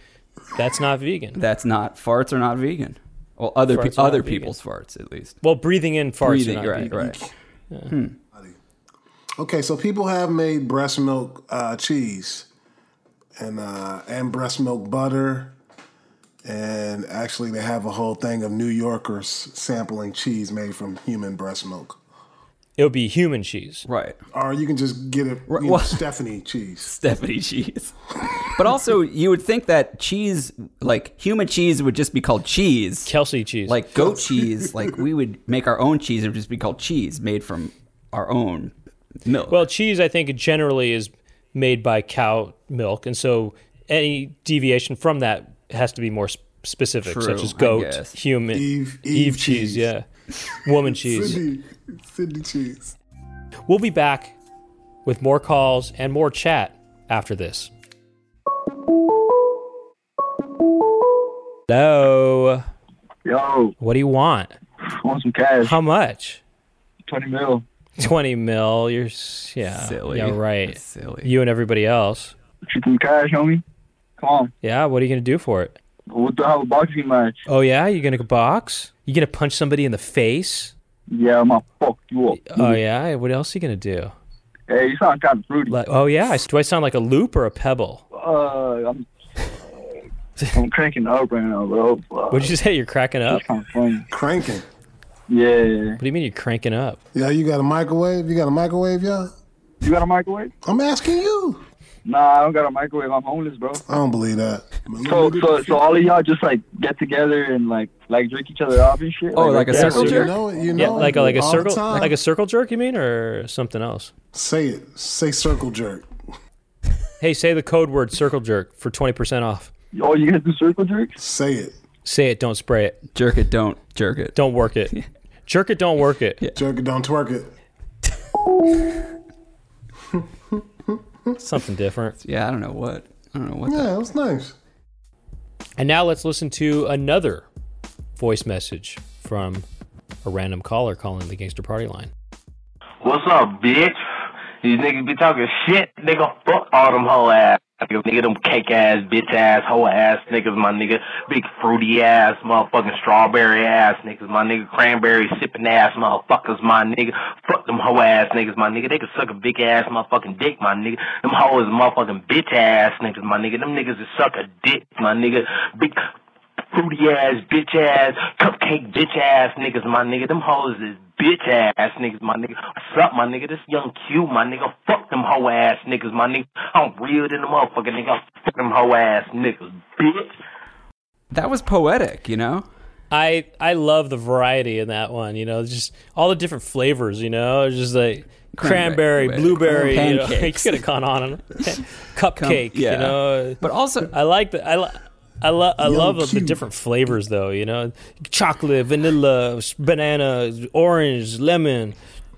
Speaker 2: that's not vegan.
Speaker 4: that's not farts are not vegan well other pe-
Speaker 2: Farts are not
Speaker 4: other
Speaker 2: vegan.
Speaker 4: people's farts at least
Speaker 2: Well, breathing in farts. are
Speaker 4: breathing
Speaker 2: not
Speaker 4: right
Speaker 2: vegan.
Speaker 4: right
Speaker 3: Body. Hmm. Okay, so people have made breast milk uh, cheese and uh, and breast milk butter, and actually they have a whole thing of New Yorkers sampling cheese made from human breast milk.
Speaker 2: It would be human cheese.
Speaker 4: Right.
Speaker 3: Or you can just get it, you know,
Speaker 4: well-
Speaker 3: Stephanie cheese.
Speaker 4: Stephanie cheese. but also, you would think that cheese, like human cheese, would just be called cheese.
Speaker 2: Kelsey cheese.
Speaker 4: Like goat cheese, like we would make our own cheese. It would just be called cheese, made from our own milk.
Speaker 2: Well, cheese, I think, generally is made by cow milk, and so any deviation from that has to be more sp- specific,
Speaker 4: True,
Speaker 2: such as
Speaker 4: I
Speaker 2: goat,
Speaker 4: guess.
Speaker 2: human,
Speaker 3: Eve- Eve cheese.
Speaker 2: cheese, yeah, woman cheese.
Speaker 3: Sydney, Sydney cheese.
Speaker 2: We'll be back with more calls and more chat after this. Hello.
Speaker 5: Yo,
Speaker 2: What do you want?
Speaker 5: want some cash?
Speaker 2: How much?
Speaker 5: Twenty mil.
Speaker 2: Twenty mil. You're s- yeah.
Speaker 4: Silly.
Speaker 2: Yeah, right.
Speaker 4: That's silly.
Speaker 2: You and everybody else.
Speaker 5: Shoot some cash, homie. Come on.
Speaker 2: Yeah. What are you gonna do for it?
Speaker 5: What the hell, boxing match?
Speaker 2: Oh yeah, you gonna box? You gonna punch somebody in the face?
Speaker 5: Yeah, I'm gonna fuck you up.
Speaker 2: Oh yeah, what else you gonna do?
Speaker 5: Hey, you sound kind of fruity.
Speaker 2: Like, oh yeah, I, do I sound like a loop or a pebble?
Speaker 5: uh, I'm, I'm cranking up right now, bro. Fuck.
Speaker 2: What'd you say? You're cracking up.
Speaker 5: That's kind of funny.
Speaker 3: Cranking.
Speaker 5: Yeah.
Speaker 2: What do you mean you're cranking up?
Speaker 3: Yeah, you got a microwave? You got a microwave, yeah?
Speaker 5: You got a microwave?
Speaker 3: I'm asking you.
Speaker 5: Nah, I don't got a microwave. I'm homeless, bro.
Speaker 3: I don't believe that.
Speaker 5: So, so, so all of y'all just like get together and like, like jerk each other off and shit.
Speaker 4: Oh, like a
Speaker 5: yeah,
Speaker 4: circle
Speaker 5: so-
Speaker 3: you
Speaker 4: jerk?
Speaker 3: know it, you know
Speaker 2: Yeah, like a, like a
Speaker 3: all the
Speaker 2: circle,
Speaker 3: time.
Speaker 2: like a circle jerk. You mean or something else?
Speaker 3: Say it. Say circle jerk.
Speaker 2: Hey, say the code word circle jerk for twenty percent off.
Speaker 5: Oh, you guys do circle jerks?
Speaker 3: Say it.
Speaker 2: Say it, don't spray it,
Speaker 4: jerk it, don't jerk it.
Speaker 2: don't work it, jerk it, don't work it.
Speaker 3: Jerk it, don't twerk it.
Speaker 2: Something different.
Speaker 4: Yeah, I don't know what. I don't know what.
Speaker 3: Yeah, that was nice.
Speaker 2: And now let's listen to another voice message from a random caller calling the gangster party line.
Speaker 8: What's up, bitch? These niggas be talking shit, nigga. Fuck all them hoe ass niggas, nigga. Them cake ass, bitch ass, hoe ass niggas, my nigga. Big fruity ass, motherfucking strawberry ass niggas, my nigga. Cranberry sipping ass, motherfuckers, my nigga. Fuck them hoe ass niggas, my nigga. They can suck a big ass motherfucking dick, my nigga. Them hoes, motherfucking bitch ass niggas, my nigga. Them niggas that suck a dick, my nigga. Big fruity ass, bitch ass, cupcake bitch ass niggas, my nigga. Them hoes is bitch ass niggas, my nigga. What's up, my nigga? This young Q, my nigga. Fuck them hoe ass niggas, my nigga. I'm real than the motherfucker, nigga. Fuck them hoe ass niggas, bitch.
Speaker 4: That was poetic, you know?
Speaker 2: I I love the variety in that one. You know, just all the different flavors. You know, It's just like
Speaker 4: Cranberry,
Speaker 2: cranberry,
Speaker 4: right.
Speaker 2: blueberry. You know, you
Speaker 4: Pancakes.
Speaker 2: could have gone on and cupcake.
Speaker 4: yeah.
Speaker 2: You know,
Speaker 4: But also,
Speaker 2: I like the I. Li- I, lo- I love the
Speaker 3: cute.
Speaker 2: different flavors, though. You know, chocolate, vanilla, s- banana, orange, lemon,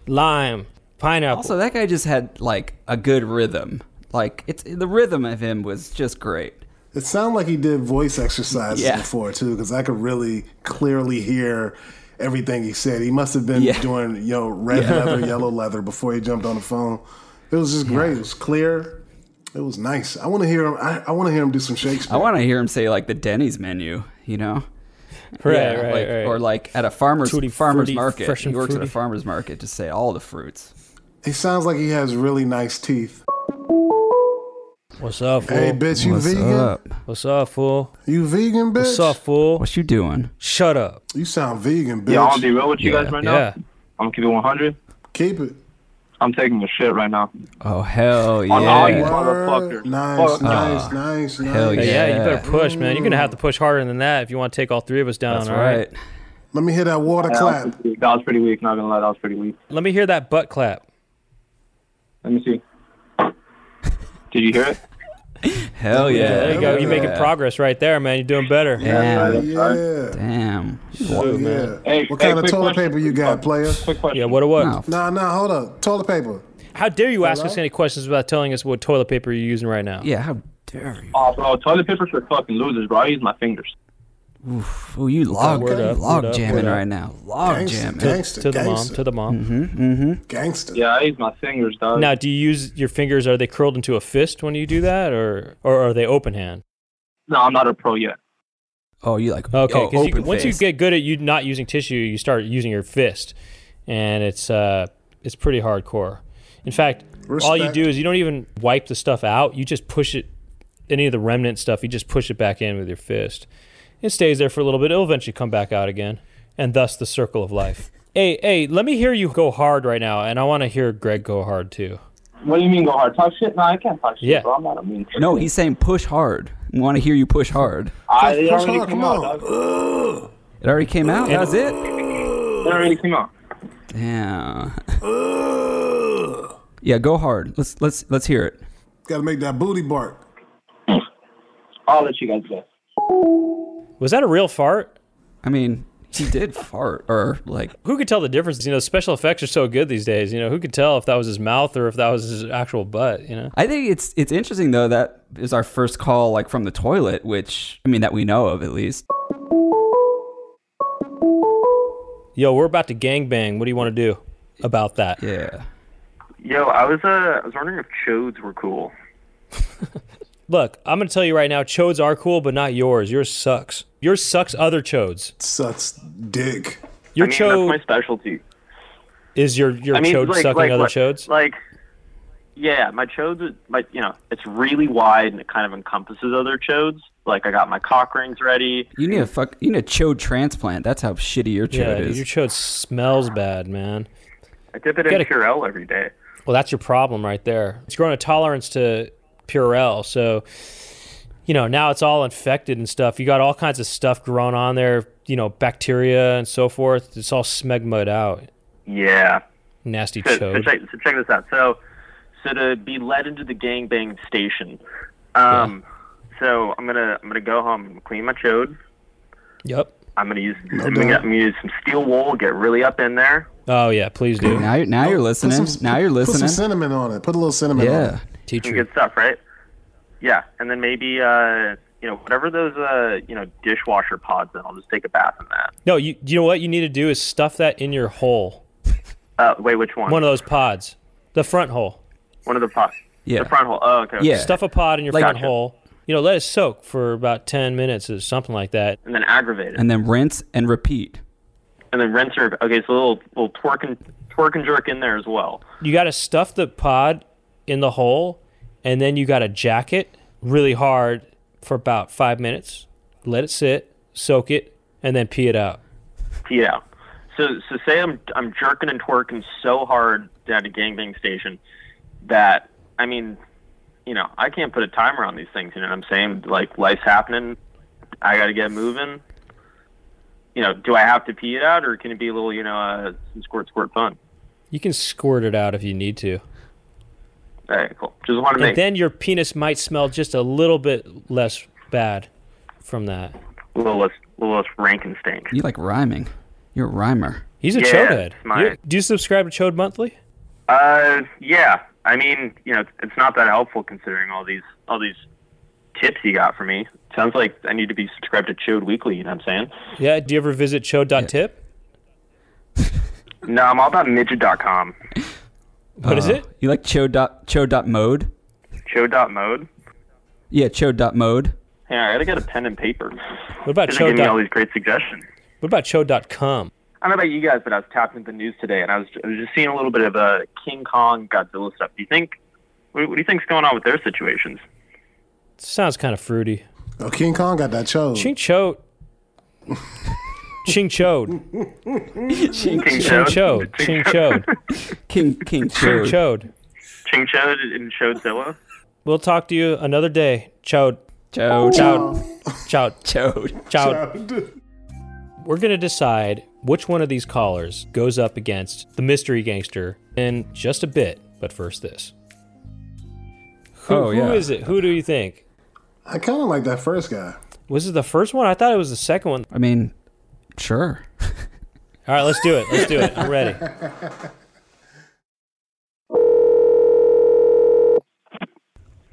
Speaker 2: lime, pineapple.
Speaker 4: also that guy just had like a good rhythm. Like it's the rhythm of him was just great.
Speaker 3: It sounded like he did voice exercises
Speaker 4: Yeah.
Speaker 3: before too, because I could really clearly hear everything he said. He must have been
Speaker 4: Yeah.
Speaker 3: doing you know red leather, yellow leather before he jumped on the phone. It was just great. It was clear. It was nice. I want to hear him. I, I want to hear him do some
Speaker 4: I
Speaker 3: Shakespeare.
Speaker 4: want to hear him say like the Denny's menu, you know?
Speaker 2: right,
Speaker 4: Yeah,
Speaker 2: right,
Speaker 4: like-
Speaker 2: right.
Speaker 4: Or like at a farmer's
Speaker 2: Tutti
Speaker 4: farmer's
Speaker 2: frutti,
Speaker 4: market.
Speaker 2: fresh
Speaker 4: he
Speaker 2: and
Speaker 4: works at a
Speaker 2: fruity.
Speaker 4: farmer's market to say all the fruits.
Speaker 3: he sounds like he has really nice teeth.
Speaker 2: What's up, fool?
Speaker 3: Hey, bitch, you vegan?
Speaker 2: What's up, fool?
Speaker 3: You vegan, bitch?
Speaker 2: What's up, fool?
Speaker 4: What you doing?
Speaker 2: Shut up.
Speaker 3: You sound vegan, bitch.
Speaker 5: Yeah, I'm gonna be real with you guys right now.
Speaker 2: Yeah.
Speaker 5: I'm gonna keep it 100.
Speaker 3: Keep it.
Speaker 5: I'm taking a shit right now.
Speaker 4: Oh hell
Speaker 5: On all you
Speaker 4: yeah.
Speaker 5: motherfuckers.
Speaker 3: Nice,
Speaker 5: Fuck.
Speaker 3: nice, nice, nice.
Speaker 4: hell
Speaker 2: But yeah,
Speaker 4: Yeah.
Speaker 2: you better push, man. You're gonna have to push harder than that if you want to take all three of us down.
Speaker 4: That's
Speaker 2: all right?
Speaker 4: right.
Speaker 3: Let me hear that water
Speaker 5: Yeah, that, was
Speaker 3: clap.
Speaker 5: pretty weak. that was pretty weak. Not gonna lie, that was pretty weak.
Speaker 2: Let me hear that butt clap.
Speaker 5: Let me see. Did you hear it?
Speaker 4: Hell yeah.
Speaker 2: There you go. You're making
Speaker 4: Yeah.
Speaker 2: progress right there, man. You're doing better.
Speaker 4: Damn.
Speaker 3: Yeah,
Speaker 4: Damn.
Speaker 2: Shoot, man.
Speaker 3: yeah.
Speaker 5: Hey,
Speaker 3: What
Speaker 5: hey,
Speaker 3: kind of toilet
Speaker 5: quick question. Oh,
Speaker 3: paper you got, player?
Speaker 5: Quick question.
Speaker 2: Yeah. What a what?
Speaker 4: No.
Speaker 3: Nah, nah, hold up. Toilet paper.
Speaker 2: How dare you ask us any questions about telling us what toilet paper you're using right now?
Speaker 4: Yeah, how dare you?
Speaker 5: Oh, bro, toilet paper for fucking losers, bro. I use my fingers.
Speaker 4: Ooh, you log,
Speaker 2: word up,
Speaker 4: log
Speaker 2: word up,
Speaker 4: jamming
Speaker 2: word up.
Speaker 4: right now. Log
Speaker 3: Gangsta,
Speaker 4: jamming. Mm-hmm,
Speaker 3: gangsta,
Speaker 2: To the mom.
Speaker 3: gangsta,
Speaker 2: To the mom.
Speaker 3: gangsta.
Speaker 5: Yeah, I use my fingers, dog.
Speaker 2: Now, do you use your fingers? Are they curled into a fist when you do that, or or are they open hand?
Speaker 5: No, I'm not a pro yet.
Speaker 4: Oh, you like
Speaker 2: Okay,
Speaker 4: oh,
Speaker 2: because
Speaker 4: open
Speaker 2: once you
Speaker 4: face.
Speaker 2: get good at you not using tissue, you start using your fist, and it's uh it's pretty hardcore. In fact, all you
Speaker 3: Respect.
Speaker 2: do is you don't even wipe the stuff out. You just push it, any of the remnant stuff, you just push it back in with your fist. It stays there for a little bit. It'll eventually come back out again. And thus the circle of life. hey, hey, let me hear you go hard right now. And I want to hear Greg go hard too.
Speaker 1: What do you mean go hard? Talk shit? No, I can't talk shit,
Speaker 2: Yeah.
Speaker 1: bro. I'm not a mean person.
Speaker 4: No, he's saying push hard. We want to hear you push hard.
Speaker 1: I, it
Speaker 3: Push
Speaker 1: already
Speaker 3: hard,
Speaker 1: came
Speaker 3: come
Speaker 1: out,
Speaker 3: on.
Speaker 1: dog.
Speaker 3: Ugh.
Speaker 4: It already came out. That was it.
Speaker 1: It already came out.
Speaker 4: Yeah.
Speaker 3: Ugh.
Speaker 4: Yeah, go hard. Let's let's let's hear it.
Speaker 3: Gotta make that booty bark.
Speaker 1: I'll let you guys go.
Speaker 2: Was that a real fart?
Speaker 4: I mean, he did fart or like
Speaker 2: Who could tell the difference? You know, special effects are so good these days. You know, who could tell if that was his mouth or if that was his actual butt? You know,
Speaker 4: I think it's it's interesting though that is our first call like from the toilet, which I mean that we know of at least.
Speaker 2: yo, we're about to gangbang. What do you want to do about that?
Speaker 4: Yeah.
Speaker 5: Yo, I was uh, I was wondering if chodes were cool.
Speaker 2: Look, I'm gonna tell you right now, chodes are cool, but not yours. Yours sucks. Yours sucks other chodes.
Speaker 3: Sucks dick.
Speaker 2: Your
Speaker 5: I mean,
Speaker 2: chode
Speaker 5: that's my specialty.
Speaker 2: is your your
Speaker 5: I mean,
Speaker 2: chode
Speaker 5: like,
Speaker 2: sucking
Speaker 5: like,
Speaker 2: other
Speaker 5: like,
Speaker 2: chodes.
Speaker 5: Like, yeah, my chodes, are- like you know, it's really wide and it kind of encompasses other chodes. Like, I got my cock rings ready.
Speaker 4: You need a fuck you need a chode transplant. That's how shitty your chode
Speaker 2: yeah, dude,
Speaker 4: is.
Speaker 2: your chode smells bad, man.
Speaker 5: I dip it
Speaker 2: Get
Speaker 5: in
Speaker 2: a-
Speaker 5: Purell every day.
Speaker 2: Well, that's your problem right there. It's growing a tolerance to Purell, so you know now it's all infected and stuff. You got all kinds of stuff growing on there, you know, bacteria and so forth. It's all smegmaed out.
Speaker 5: Yeah.
Speaker 2: Nasty
Speaker 5: So, so
Speaker 2: chode.
Speaker 5: check, so check this out. So, so to be led into the gangbang station. Um, so I'm gonna I'm gonna go home and clean my chode.
Speaker 2: Yep.
Speaker 5: I'm gonna use I'm, gonna, I'm gonna use some steel wool. Get really up in there.
Speaker 2: Oh yeah, please do.
Speaker 4: now you're now you're
Speaker 3: Put
Speaker 4: listening.
Speaker 3: some-
Speaker 4: now you're
Speaker 3: Put some
Speaker 4: listening.
Speaker 3: cinnamon on it. Put a little cinnamon on it.
Speaker 4: Yeah.
Speaker 2: Teach
Speaker 5: Some
Speaker 2: you.
Speaker 5: good stuff, right? Yeah, and then maybe uh, you know whatever those uh, you know dishwasher pods. Then I'll just take a bath in that.
Speaker 2: No, you. You know what you need to do is stuff that in your hole.
Speaker 5: Uh, wait, which one?
Speaker 2: One of those pods. The front hole.
Speaker 5: One of the pods.
Speaker 4: Yeah.
Speaker 5: The front hole. Oh, okay. okay.
Speaker 4: Yeah.
Speaker 2: Stuff a pod in your
Speaker 4: Like-
Speaker 2: front
Speaker 5: Gotcha.
Speaker 2: hole. You know, let it soak for about 10 minutes or something like that.
Speaker 5: And then aggravate it.
Speaker 4: And then rinse and repeat.
Speaker 5: And then rinse her. Okay, so a little little twerk and twerk and jerk in there as well.
Speaker 2: You got to stuff the pod in the hole and then you got to jack it really hard for about five minutes. Let it sit, soak it, and then pee it out.
Speaker 5: Yeah. So so say I'm I'm jerking and twerking so hard down at gangbang station that I mean, you know, I can't put a timer on these things, you know what I'm saying? Like life's happening, I gotta get moving. You know, do I have to pee it out or can it be a little, you know, uh, some squirt squirt fun?
Speaker 2: You can squirt it out if you need to.
Speaker 5: All right, cool. Just want to
Speaker 2: And
Speaker 5: make
Speaker 2: then your penis might smell just a little bit less bad from that.
Speaker 5: a little less a little less rank and stink.
Speaker 4: You like rhyming. You're a rhymer.
Speaker 2: He's a
Speaker 5: Yeah,
Speaker 2: chode head.
Speaker 5: it's mine.
Speaker 2: You- do you subscribe to Chode Monthly?
Speaker 5: Uh yeah. I mean, you know, it's- it's not that helpful considering all these all these tips you got for me. Sounds like I need to be subscribed to Chode Weekly, you know what I'm saying?
Speaker 2: Yeah. Do you ever visit chode.tip? Tip?
Speaker 5: No, I'm all about midget.com.
Speaker 2: What is
Speaker 4: Uh,
Speaker 2: it?
Speaker 4: You like chode dot chode dot mode?
Speaker 5: Chode.mode.
Speaker 4: Yeah, chode dot mode.
Speaker 5: Hey, I gotta get a pen and paper.
Speaker 2: What about
Speaker 5: They're giving
Speaker 2: chode?
Speaker 5: me
Speaker 2: dot-
Speaker 5: all these great suggestions.
Speaker 2: What about chode.com?
Speaker 5: I don't know about you guys, but I was tapped into the news today, and I was, I was just seeing a little bit of uh, King Kong Godzilla stuff. Do you think? What, what do you think's going on with their situations?
Speaker 2: Sounds kind of fruity.
Speaker 3: Oh, King Kong got that chose.
Speaker 2: Ching chode. Ching chode.
Speaker 4: King
Speaker 5: King
Speaker 2: Ching
Speaker 5: Chode,
Speaker 2: chode. Ching chode.
Speaker 4: King King chode.
Speaker 2: Chode.
Speaker 5: Ching Chode, and Chodezilla.
Speaker 2: We'll talk to you another day. Chode.
Speaker 4: Chode.
Speaker 2: Chode. Chode.
Speaker 4: Chode.
Speaker 2: Chode. We're going to decide which one of these callers goes up against the mystery gangster in just a bit. But first, this. Who,
Speaker 4: Oh, yeah.
Speaker 2: who is it? Who do you think?
Speaker 3: I kind of like that first guy.
Speaker 2: Was it the first one? I thought it was the second one.
Speaker 4: I mean, sure.
Speaker 2: All right, let's do it. Let's do it. I'm ready.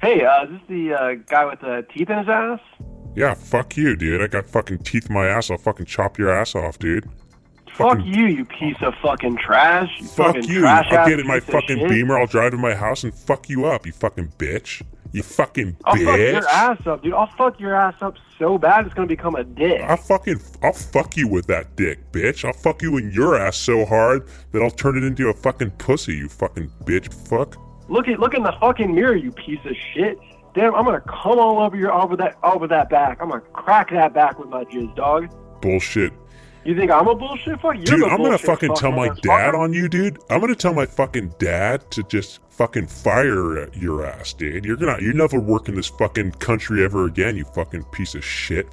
Speaker 5: Hey, uh, is this the uh, guy with the teeth in his ass?
Speaker 9: Yeah, fuck you, dude. I got fucking teeth in my ass. I'll fucking chop your ass off, dude.
Speaker 6: Fuck you, you piece of fucking trash. You
Speaker 9: Fuck
Speaker 6: fucking
Speaker 9: you.
Speaker 6: Trash
Speaker 9: I'll
Speaker 6: ass
Speaker 9: get in my
Speaker 6: piece of
Speaker 9: fucking
Speaker 6: shit.
Speaker 9: beamer. I'll drive to my house and fuck you up, you fucking bitch. You fucking
Speaker 6: I'll fuck
Speaker 9: bitch.
Speaker 6: your ass up, dude. I'll fuck your ass up so bad it's gonna become a dick.
Speaker 9: I fucking I'll fuck you with that dick, bitch. I'll fuck you in your ass so hard that I'll turn it into a fucking pussy, you fucking bitch. Fuck.
Speaker 6: Look at look in the fucking mirror, you piece of shit. Damn, I'm gonna come all over your over that over that back. I'm gonna crack that back with my jizz, dog.
Speaker 9: Bullshit.
Speaker 6: You think I'm a bullshit fuck? You're
Speaker 9: dude,
Speaker 6: the
Speaker 9: I'm gonna
Speaker 6: bullshit
Speaker 9: fucking
Speaker 6: fuck,
Speaker 9: tell my dad on you, dude. I'm gonna tell my fucking dad to just fucking fire your ass, dude. You're gonna you never work in this fucking country ever again, you fucking piece of shit.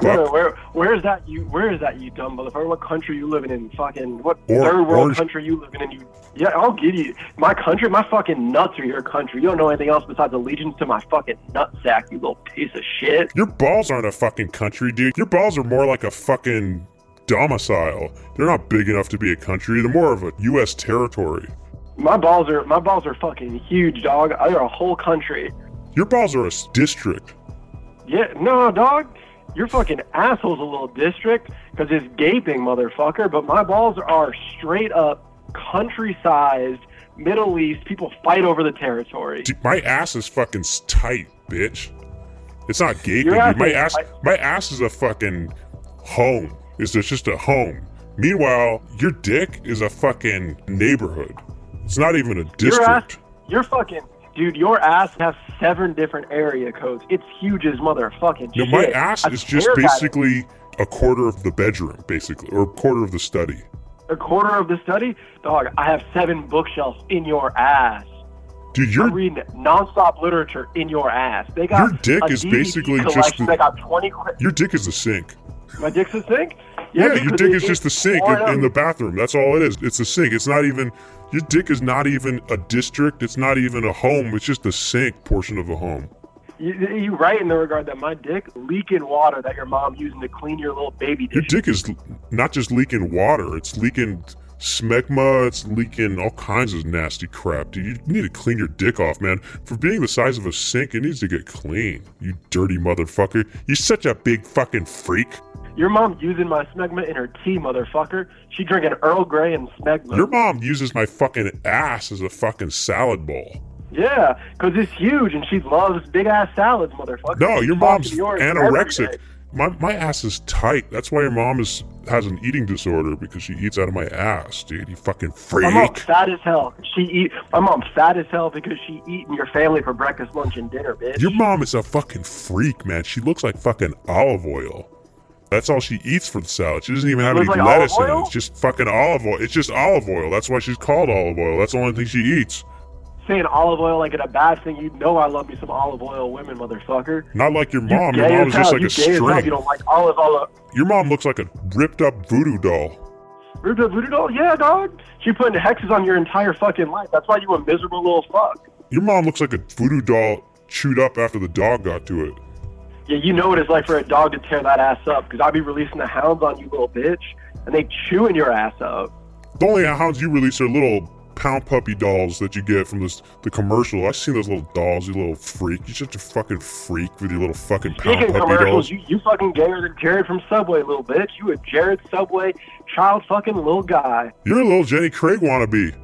Speaker 6: Where, where where is that you where is that you dumb motherfucker? What country you living in? Fucking what
Speaker 9: Or-
Speaker 6: third world
Speaker 9: orange-
Speaker 6: country you living in? You yeah, I'll give you my country. My fucking nuts are your country. You don't know anything else besides allegiance to my fucking nutsack. You little piece of shit.
Speaker 9: Your balls aren't a fucking country, dude. Your balls are more like a fucking domicile. They're not big enough to be a country. They're more of a U.S. territory.
Speaker 6: My balls are my balls are fucking huge, dog. They're a whole country.
Speaker 9: Your balls are a s- district.
Speaker 6: Yeah, no, dog. Your fucking asshole's a little district 'cause it's gaping, motherfucker. But my balls are straight up country sized, Middle East. People fight over the territory.
Speaker 9: Dude, my ass is fucking s- tight, bitch. It's not gaping.
Speaker 6: Your ass
Speaker 9: dude. My
Speaker 6: is
Speaker 9: ass,
Speaker 6: tight.
Speaker 9: my ass is a fucking home. It's it's just a home. Meanwhile, your dick is a fucking neighborhood. It's not even a
Speaker 6: Your ass,
Speaker 9: district.
Speaker 6: your fucking dude. Your ass has seven different area codes. It's huge as motherfucking
Speaker 9: No,
Speaker 6: shit.
Speaker 9: my ass
Speaker 6: I
Speaker 9: is just
Speaker 6: swear by it.
Speaker 9: basically a quarter of the bedroom, basically, or a quarter of the study.
Speaker 6: a quarter of the study, dog. I have seven bookshelves in your ass.
Speaker 9: Dude,
Speaker 6: I'm
Speaker 9: your
Speaker 6: reading nonstop literature in your ass. They got
Speaker 9: Your dick
Speaker 6: a
Speaker 9: is
Speaker 6: DVD
Speaker 9: basically just
Speaker 6: collection.
Speaker 9: the-
Speaker 6: They got twenty. cra-
Speaker 9: your dick is a sink.
Speaker 6: My dick's a sink.
Speaker 9: Yeah,
Speaker 6: dude,
Speaker 9: your
Speaker 6: 'cause
Speaker 9: dick
Speaker 6: it-
Speaker 9: is just a
Speaker 6: it's
Speaker 9: sink
Speaker 6: torn
Speaker 9: in, in
Speaker 6: up.
Speaker 9: the bathroom. That's all it is. It's a sink. It's not even your dick is not even a district. It's not even a home. It's just the sink portion of a home.
Speaker 6: You, you right in the regard that my dick leaking water that your mom using to clean your little baby
Speaker 9: Your
Speaker 6: dish.
Speaker 9: dick is l- not just leaking water. It's leaking smegma. It's leaking all kinds of nasty crap. Dude, you need to clean your dick off, man. For being the size of a sink, it needs to get clean. You dirty motherfucker. You're such a big fucking freak.
Speaker 6: Your mom using my smegma in her tea, motherfucker. She drinking Earl Grey and smegma.
Speaker 9: Your mom uses my fucking ass as a fucking salad bowl.
Speaker 6: Yeah, 'cause it's huge and she loves big ass salads, motherfucker.
Speaker 9: No, your
Speaker 6: Fucking
Speaker 9: mom's
Speaker 6: yours every
Speaker 9: anorexic.
Speaker 6: day.
Speaker 9: My, my ass is tight. That's why your mom is has an eating disorder because she eats out of my ass, dude. You fucking
Speaker 6: My mom's
Speaker 9: freak.
Speaker 6: fat as hell. She eat. My mom's fat as hell because she eating your family for breakfast, lunch, and dinner, bitch.
Speaker 9: Your mom is a fucking freak, man. She looks like fucking olive oil. That's all she eats for the salad. She doesn't even have any
Speaker 6: Looks like
Speaker 9: lettuce in
Speaker 6: olive
Speaker 9: it.
Speaker 6: oil?
Speaker 9: It's just fucking olive oil. It's just olive oil. That's why she's called olive oil. That's the only thing she eats.
Speaker 6: Saying olive oil like it a bad thing. You know I love me some olive oil women, motherfucker.
Speaker 9: Not like your
Speaker 6: You
Speaker 9: mom.
Speaker 6: gay
Speaker 9: Your
Speaker 6: as
Speaker 9: mom is
Speaker 6: hell.
Speaker 9: just like
Speaker 6: you
Speaker 9: a
Speaker 6: gay as hell if You
Speaker 9: string.
Speaker 6: don't like olive oil.
Speaker 9: Your mom looks like a ripped up voodoo doll.
Speaker 6: Voodoo voodoo doll? Yeah, dog. She putting hexes on your entire fucking life. That's why you a miserable little fuck.
Speaker 9: Your mom looks like a voodoo doll chewed up after the dog got to it.
Speaker 6: Yeah, you know what it's like for a dog to tear that ass up because I'll be releasing the hounds on you, little bitch, and they chewing your ass up.
Speaker 9: The only hounds you release are little pound puppy dolls that you get from this the commercial. I've seen those little dolls, you little freak. You're such a fucking freak with your little fucking pound
Speaker 6: Speaking of
Speaker 9: puppy dolls.
Speaker 6: commercials, you, you fucking gayer than Jared from Subway, little bitch. You a Jared Subway child fucking little guy.
Speaker 9: You're a little Jenny Craig wannabe.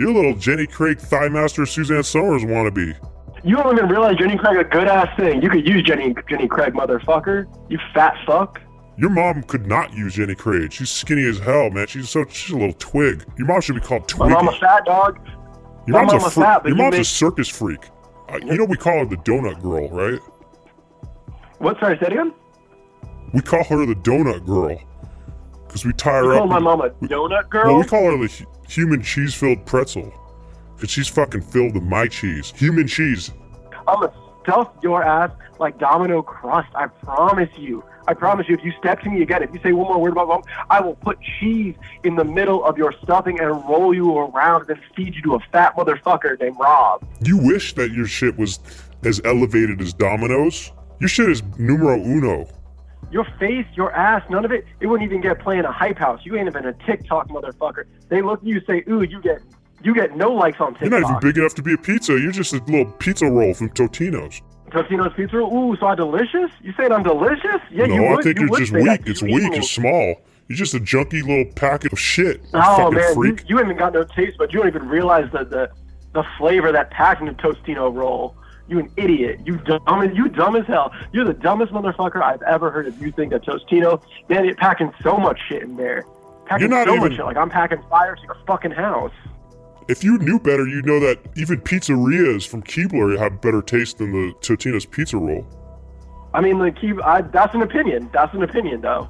Speaker 9: You're a little Jenny Craig Thigh Master Suzanne Summers wannabe.
Speaker 6: You don't even realize Jenny Craig a good ass thing. You could use Jenny Jenny Craig, motherfucker. You fat fuck.
Speaker 9: Your mom could not use Jenny Craig. She's skinny as hell, man. She's so she's a little twig. Your mom should be called
Speaker 6: My
Speaker 9: Twiggy.
Speaker 6: mom a fat dog.
Speaker 9: your
Speaker 6: my
Speaker 9: mom's, a,
Speaker 6: mama's
Speaker 9: freak.
Speaker 6: fat, but
Speaker 9: your
Speaker 6: you
Speaker 9: mom's a
Speaker 6: make-
Speaker 9: circus freak. Uh, you know we call her the donut girl, right?
Speaker 6: What? Sorry, say it again.
Speaker 9: We call her the donut girl because we tie her
Speaker 6: You
Speaker 9: up.
Speaker 6: call my
Speaker 9: and-
Speaker 6: mom a donut girl?
Speaker 9: Well, we call her the hu- human cheese filled pretzel. Because she's fucking filled with my cheese. Human cheese.
Speaker 6: I'm gonna stuff your ass like domino crust. I promise you. I promise you. If you step to me again, if you say one more word about mom, I will put cheese in the middle of your stuffing and roll you around and then feed you to a fat motherfucker named Rob.
Speaker 9: You wish that your shit was as elevated as Domino's. Your shit is numero uno.
Speaker 6: Your face, your ass, none of it. It wouldn't even get play in a hype house. You ain't even a TikTok motherfucker. They look at you, say, "Ooh, you get, you get no likes on
Speaker 9: You're not even
Speaker 6: TikTok."
Speaker 9: big enough to be a pizza. You're just a little pizza roll from Totino's.
Speaker 6: Totino's pizza. Ooh, so I delicious? You saying I'm delicious? Yeah,
Speaker 9: no,
Speaker 6: you would.
Speaker 9: I think
Speaker 6: you
Speaker 9: you're
Speaker 6: would
Speaker 9: just
Speaker 6: say that
Speaker 9: weak.
Speaker 6: 'cause
Speaker 9: It's
Speaker 6: you eat
Speaker 9: weak.
Speaker 6: me.
Speaker 9: It's small. You're just a junky little packet of shit. you
Speaker 6: Oh
Speaker 9: fucking
Speaker 6: man, you,
Speaker 9: freak.
Speaker 6: you haven't got no taste, but you don't even realize the the, the flavor that packing of Tostino roll. You an idiot. You dumb. as- You dumb as hell. You're the dumbest motherfucker I've ever heard of. You think that Tostino, man, it packing so much shit in there. Packing
Speaker 9: You're not
Speaker 6: so
Speaker 9: even-
Speaker 6: much shit. Like I'm packing fire to your fucking house.
Speaker 9: If you knew better, you'd know that even pizzerias from Keebler have better taste than the Totino's pizza roll.
Speaker 6: I mean, like, keep. I, that's an opinion. That's an opinion, though.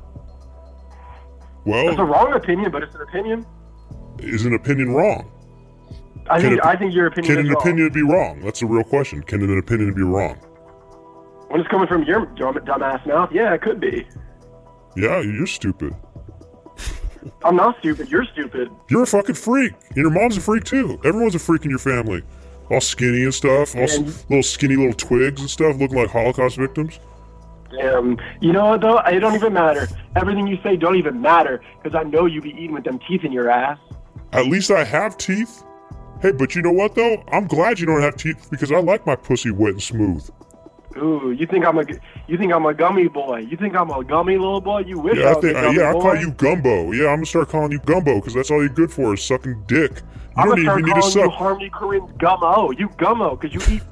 Speaker 6: It's a
Speaker 9: Well,
Speaker 6: wrong opinion, but it's an opinion.
Speaker 9: is an opinion wrong?
Speaker 6: I
Speaker 9: Can
Speaker 6: think.
Speaker 9: it-
Speaker 6: I think your opinion
Speaker 9: Can
Speaker 6: is
Speaker 9: an
Speaker 6: wrong.
Speaker 9: opinion be wrong? That's a real question. Can an opinion be wrong?
Speaker 6: When it's coming from your dumb, dumbass mouth, yeah, it could be.
Speaker 9: Yeah, you're stupid.
Speaker 6: I'm not stupid. You're stupid.
Speaker 9: You're a fucking freak. And your mom's a freak too. Everyone's a freak in your family. All skinny and stuff. All s-
Speaker 6: And-
Speaker 9: little skinny little twigs and stuff, looking like Holocaust victims.
Speaker 6: Damn. Um, You know what though? It don't even matter. Everything you say don't even matter because I know you be eating with them teeth in your ass.
Speaker 9: At least I have teeth. Hey, but you know what though? I'm glad you don't have teeth because I like my pussy wet and smooth.
Speaker 6: Ooh, you think I'm a g- you think I'm a gummy boy? You think I'm a gummy little boy? You wish
Speaker 9: Yeah,
Speaker 6: I
Speaker 9: I
Speaker 6: was
Speaker 9: think.
Speaker 6: a
Speaker 9: I,
Speaker 6: gummy
Speaker 9: yeah, I
Speaker 6: boy.
Speaker 9: call you Gumbo. Yeah, I'm gonna start calling you Gumbo because that's all you're good for is sucking dick. You
Speaker 6: I'm
Speaker 9: don't
Speaker 6: gonna start
Speaker 9: even need to
Speaker 6: calling you
Speaker 9: suck.
Speaker 6: Harmony Korean gummo. You gummo because you eat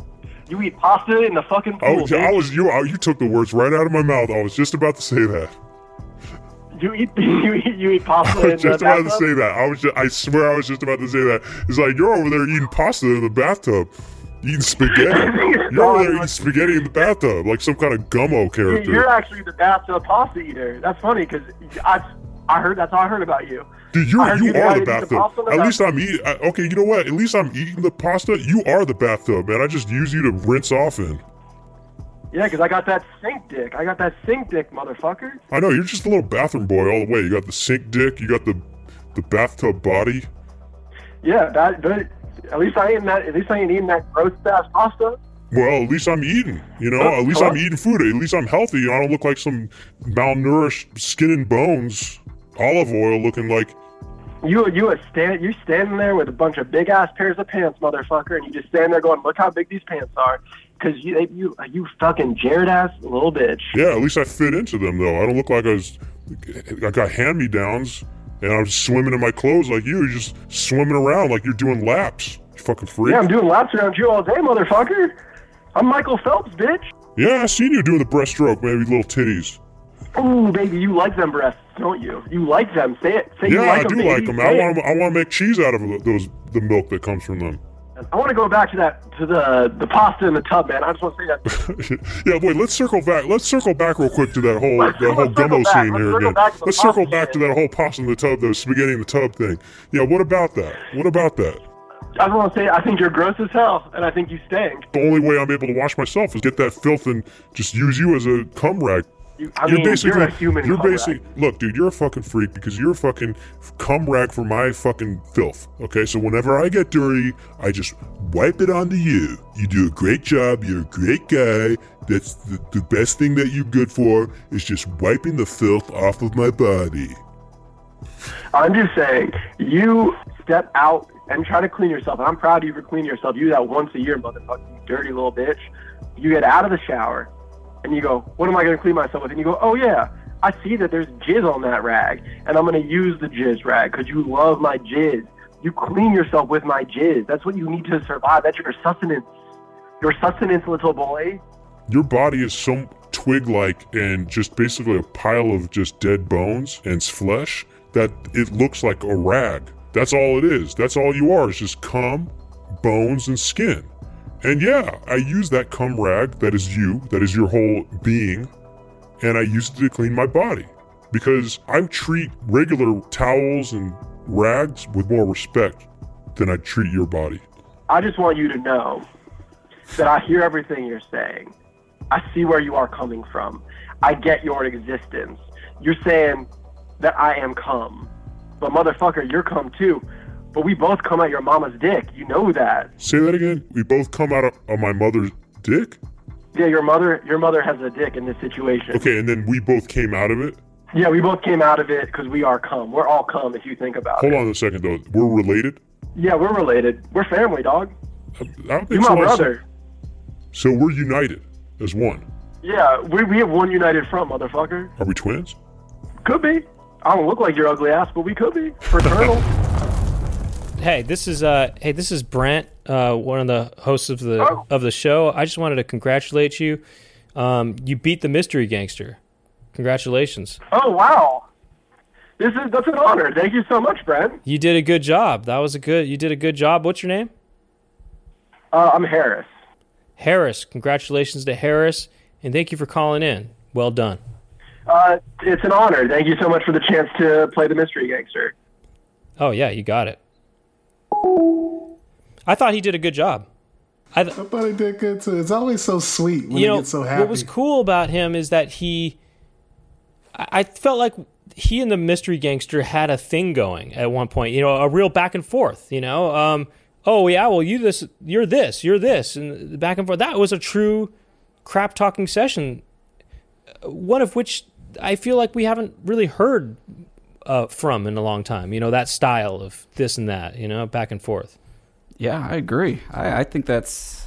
Speaker 6: you eat pasta in the fucking
Speaker 9: I
Speaker 6: pool.
Speaker 9: was, I
Speaker 6: bitch.
Speaker 9: was you. I, you took the words right out of my mouth. I was just about to say that.
Speaker 6: You eat you eat you eat pasta
Speaker 9: I
Speaker 6: in
Speaker 9: was just
Speaker 6: the
Speaker 9: about to
Speaker 6: bathtub?
Speaker 9: say that. I was. Just, I swear, I was just about to say that. It's like you're over there eating pasta in the bathtub, eating spaghetti. You're over there eating spaghetti in the bathtub, like some kind of gummo
Speaker 6: You- You're
Speaker 9: character.
Speaker 6: actually the bathtub pasta eater. That's funny because I I heard that's how I heard about you.
Speaker 9: Dude,
Speaker 6: I
Speaker 9: you're
Speaker 6: heard
Speaker 9: you
Speaker 6: you
Speaker 9: are
Speaker 6: guys
Speaker 9: the
Speaker 6: eat the
Speaker 9: bathtub.
Speaker 6: pasta in the
Speaker 9: At least I'm eating. I, okay, you know what? At least I'm eating the pasta. You are the bathtub, man. I just use you to rinse off in.
Speaker 6: Yeah, because I got that sink dick. I got that sink dick, motherfucker.
Speaker 9: I know you're just a little bathroom boy all the way. You got the sink dick. You got the the bathtub body.
Speaker 6: Yeah, that. But at least I ain't that. At least I ain't eating that gross ass pasta.
Speaker 9: Well, at least I'm eating. You know,
Speaker 6: Huh?
Speaker 9: at least
Speaker 6: Huh?
Speaker 9: I'm eating food. At least I'm healthy. You know, I don't look like some malnourished skin and bones olive oil looking like.
Speaker 6: You you a stand you standing there with a bunch of big ass pairs of pants, motherfucker, and you just stand there going, look how big these pants are, because you they- you you fucking Jared ass little bitch.
Speaker 9: Yeah, at least I fit into them though. I don't look like I was. I got hand me downs, and I'm swimming in my clothes like you. You're just swimming around like you're doing laps. You fucking freak.
Speaker 6: Yeah, I'm doing laps around you all day, motherfucker. I'm Michael Phelps, bitch.
Speaker 9: Yeah, I seen you doing the breaststroke, maybe little titties.
Speaker 6: Ooh, baby, you like them breasts, don't you? You like them. Say it. Say
Speaker 9: Yeah,
Speaker 6: you
Speaker 9: I
Speaker 6: like
Speaker 9: do
Speaker 6: them.
Speaker 9: like
Speaker 6: baby.
Speaker 9: them.
Speaker 6: Say
Speaker 9: I
Speaker 6: it.
Speaker 9: want. I want to make cheese out of those the milk that comes from them.
Speaker 6: I want to go back to that to the the pasta in the tub, man. I just want to say that.
Speaker 9: yeah, wait. Let's circle back. Let's circle back real quick to that whole
Speaker 6: Let's-
Speaker 9: that whole
Speaker 6: let's circle
Speaker 9: gummo
Speaker 6: back.
Speaker 9: scene
Speaker 6: Let's
Speaker 9: here
Speaker 6: circle
Speaker 9: again.
Speaker 6: back to the
Speaker 9: Let's circle
Speaker 6: pasta
Speaker 9: back to that whole pasta in the tub, the spaghetti in the tub thing. Yeah, what about that? What about that?
Speaker 6: I just want to say I think you're gross as hell, and I think you stink.
Speaker 9: The only way I'm able to wash myself is get that filth and just use you as a cum rag.
Speaker 6: You, I mean, you're a human.
Speaker 9: You're
Speaker 6: cum
Speaker 9: basically. Look, dude, you're a fucking freak because you're a fucking cum rag for my fucking filth. Okay, so whenever I get dirty, I just wipe it onto you. You do a great job. You're a great guy. That's the, the best thing that you're good for is just wiping the filth off of my body.
Speaker 6: rag. I'm just saying, you step out and try to clean yourself. And I'm proud of you for cleaning yourself. You do that once a year, motherfucker. You dirty little bitch. You get out of the shower, and you go, "What am I going to clean myself with?" And you go, "Oh yeah." I see that there's jizz on that rag, and I'm gonna use the jizz rag because you love my jizz. You clean yourself with my jizz. That's what you need to survive. That's your sustenance. Your sustenance, little boy.
Speaker 9: Your body is some twig like and just basically a pile of just dead bones and flesh that it looks like a rag. That's all it is. That's all you are. It's just cum, bones, and skin. And yeah, I use that cum rag that is you, that is your whole being, and I use it to clean my body because I treat regular towels and rags with more respect than I treat your body.
Speaker 6: I just want you to know that I hear everything you're saying. I see where you are coming from. I get your existence. You're saying that I am cum. But motherfucker, you're cum too. But we both come at your mama's dick. You know that.
Speaker 9: Say that again. We both come out of, of my mother's dick?
Speaker 6: Yeah, your mother your mother has a dick in this situation.
Speaker 9: Okay, and then we both came out of it.
Speaker 6: Yeah, we both came out of it because we are cum. We're all cum if you think about
Speaker 9: Hold
Speaker 6: it.
Speaker 9: on a second, though. We're related.
Speaker 6: Yeah, we're related. We're family, dog.
Speaker 9: I don't think
Speaker 6: You're my
Speaker 9: so.
Speaker 6: brother.
Speaker 9: So we're united as one.
Speaker 6: Yeah, we, we have one united front, motherfucker.
Speaker 9: Are we twins?
Speaker 6: Could be. I don't look like your ugly ass, but we could be. Fraternal.
Speaker 2: Hey, this is uh, hey, this is Brent, uh, one of the hosts of the of the show. I just wanted to congratulate you. Um, you beat the mystery gangster. Congratulations.
Speaker 6: Oh wow, this is that's an honor. Thank you so much, Brent.
Speaker 2: You did a good job. That was a good. You did a good job. What's your name?
Speaker 6: Uh, I'm Harris.
Speaker 2: Harris. Congratulations to Harris, and thank you for calling in. Well done.
Speaker 6: Uh, it's an honor. Thank you so much for the chance to play the mystery gangster.
Speaker 2: Oh yeah, you got it. I thought he did a good job. I th-
Speaker 3: I thought he did good too. It's always so sweet when
Speaker 2: you
Speaker 3: you
Speaker 2: know
Speaker 3: get so happy.
Speaker 2: what was cool about him is that he I, I felt like he and the mystery gangster had a thing going at one point you know a real back and forth you know um oh yeah well you this you're this you're this and the back and forth that was a true crap talking session uh, one of which i feel like we haven't really heard uh, from in a long time you know that style of this and that you know back and forth
Speaker 4: Yeah, I agree. I, I think that's.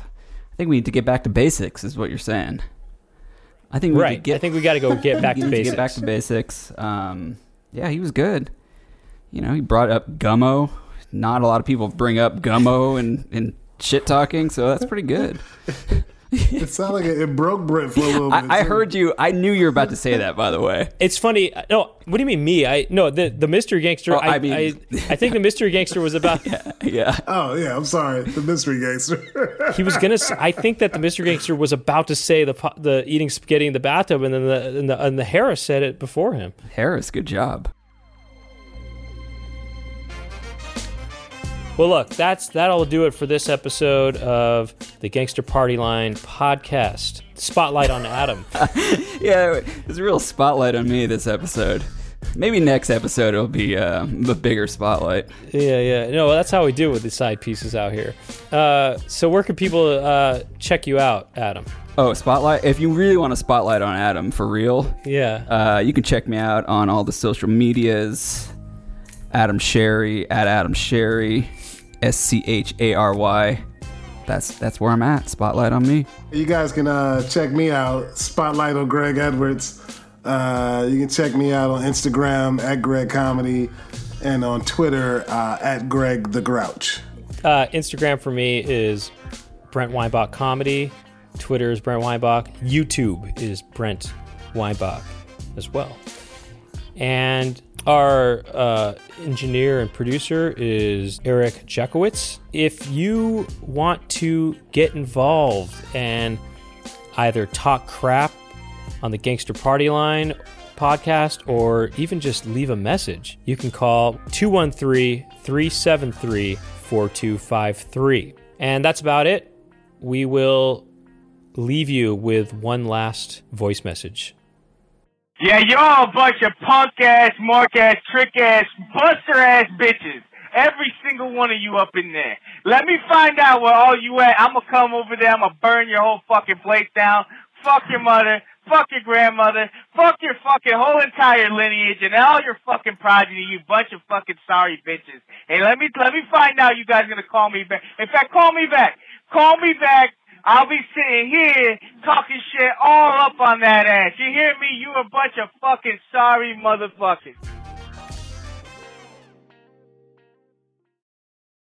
Speaker 4: I think we need to get back to basics, is what you're saying. I think we
Speaker 2: right
Speaker 4: could get.
Speaker 2: i think we got to go get back
Speaker 4: we
Speaker 2: to
Speaker 4: need
Speaker 2: basics
Speaker 4: get back to basics. Um, yeah, he was good. You know, he brought up Gummo. Not a lot of people bring up Gummo and, and shit talking, so that's pretty good.
Speaker 3: It sounded like it, it broke Brent for a little bit.
Speaker 4: I, I
Speaker 3: too.
Speaker 4: heard you. I knew you were about to say that, by the way.
Speaker 2: It's funny. uh, No, what do you mean me? I no the the mystery gangster.
Speaker 4: Oh,
Speaker 2: I,
Speaker 4: I
Speaker 2: I
Speaker 4: mean-
Speaker 2: I, think the mystery gangster was about.
Speaker 4: Yeah.
Speaker 3: Oh yeah, I'm sorry. The mystery gangster.
Speaker 2: He was gonna. s- I think that the mystery gangster was about to say the po- the eating spaghetti in the bathtub, and then the and the, and the Harris said it before him.
Speaker 4: Harris, good job.
Speaker 2: Well, look, that's that'll do it for this episode of the Gangster Party Line podcast. Spotlight on Adam.
Speaker 4: Yeah, there's a real spotlight on me this episode. Maybe next episode it'll be uh, a bigger spotlight.
Speaker 2: yeah, yeah. No, that's how we do with the side pieces out here. Uh, so where can people uh, check you out, Adam?
Speaker 4: Oh, spotlight! If you really want a spotlight on Adam for real,
Speaker 2: Yeah.
Speaker 4: Uh, you can check me out on all the social medias. Adam Sherry at Adam Sherry, S C H A R Y. That's that's where I'm at. Spotlight on me.
Speaker 3: You guys can uh, check me out. Spotlight on Greg Edwards. Uh, you can check me out on Instagram at Greg Comedy and on Twitter uh, at Greg the Grouch.
Speaker 2: Uh, Instagram for me is Brent Weinbach Comedy. Twitter is Brent Weinbach. YouTube is Brent Weinbach as well. And our uh, engineer and producer is Eric Jakowitz. If you want to get involved and either talk crap on the Gangster Party Line podcast or even just leave a message, you can call 213 373 4253. And that's about it. We will leave you with one last voice message.
Speaker 1: Yeah, y'all a bunch of punk ass, mark ass, trick ass, buster ass bitches. Every single one of you up in there. Let me find out where all you at. I'ma come over there. I'ma burn your whole fucking place down. Fuck your mother. Fuck your grandmother. Fuck your fucking whole entire lineage and all your fucking progeny. You bunch of fucking sorry bitches. Hey, let me let me find out. You guys gonna call me back? In fact, call me back. Call me back. I'll be sitting here talking shit all up on that ass. You hear me? You a bunch of fucking sorry motherfuckers.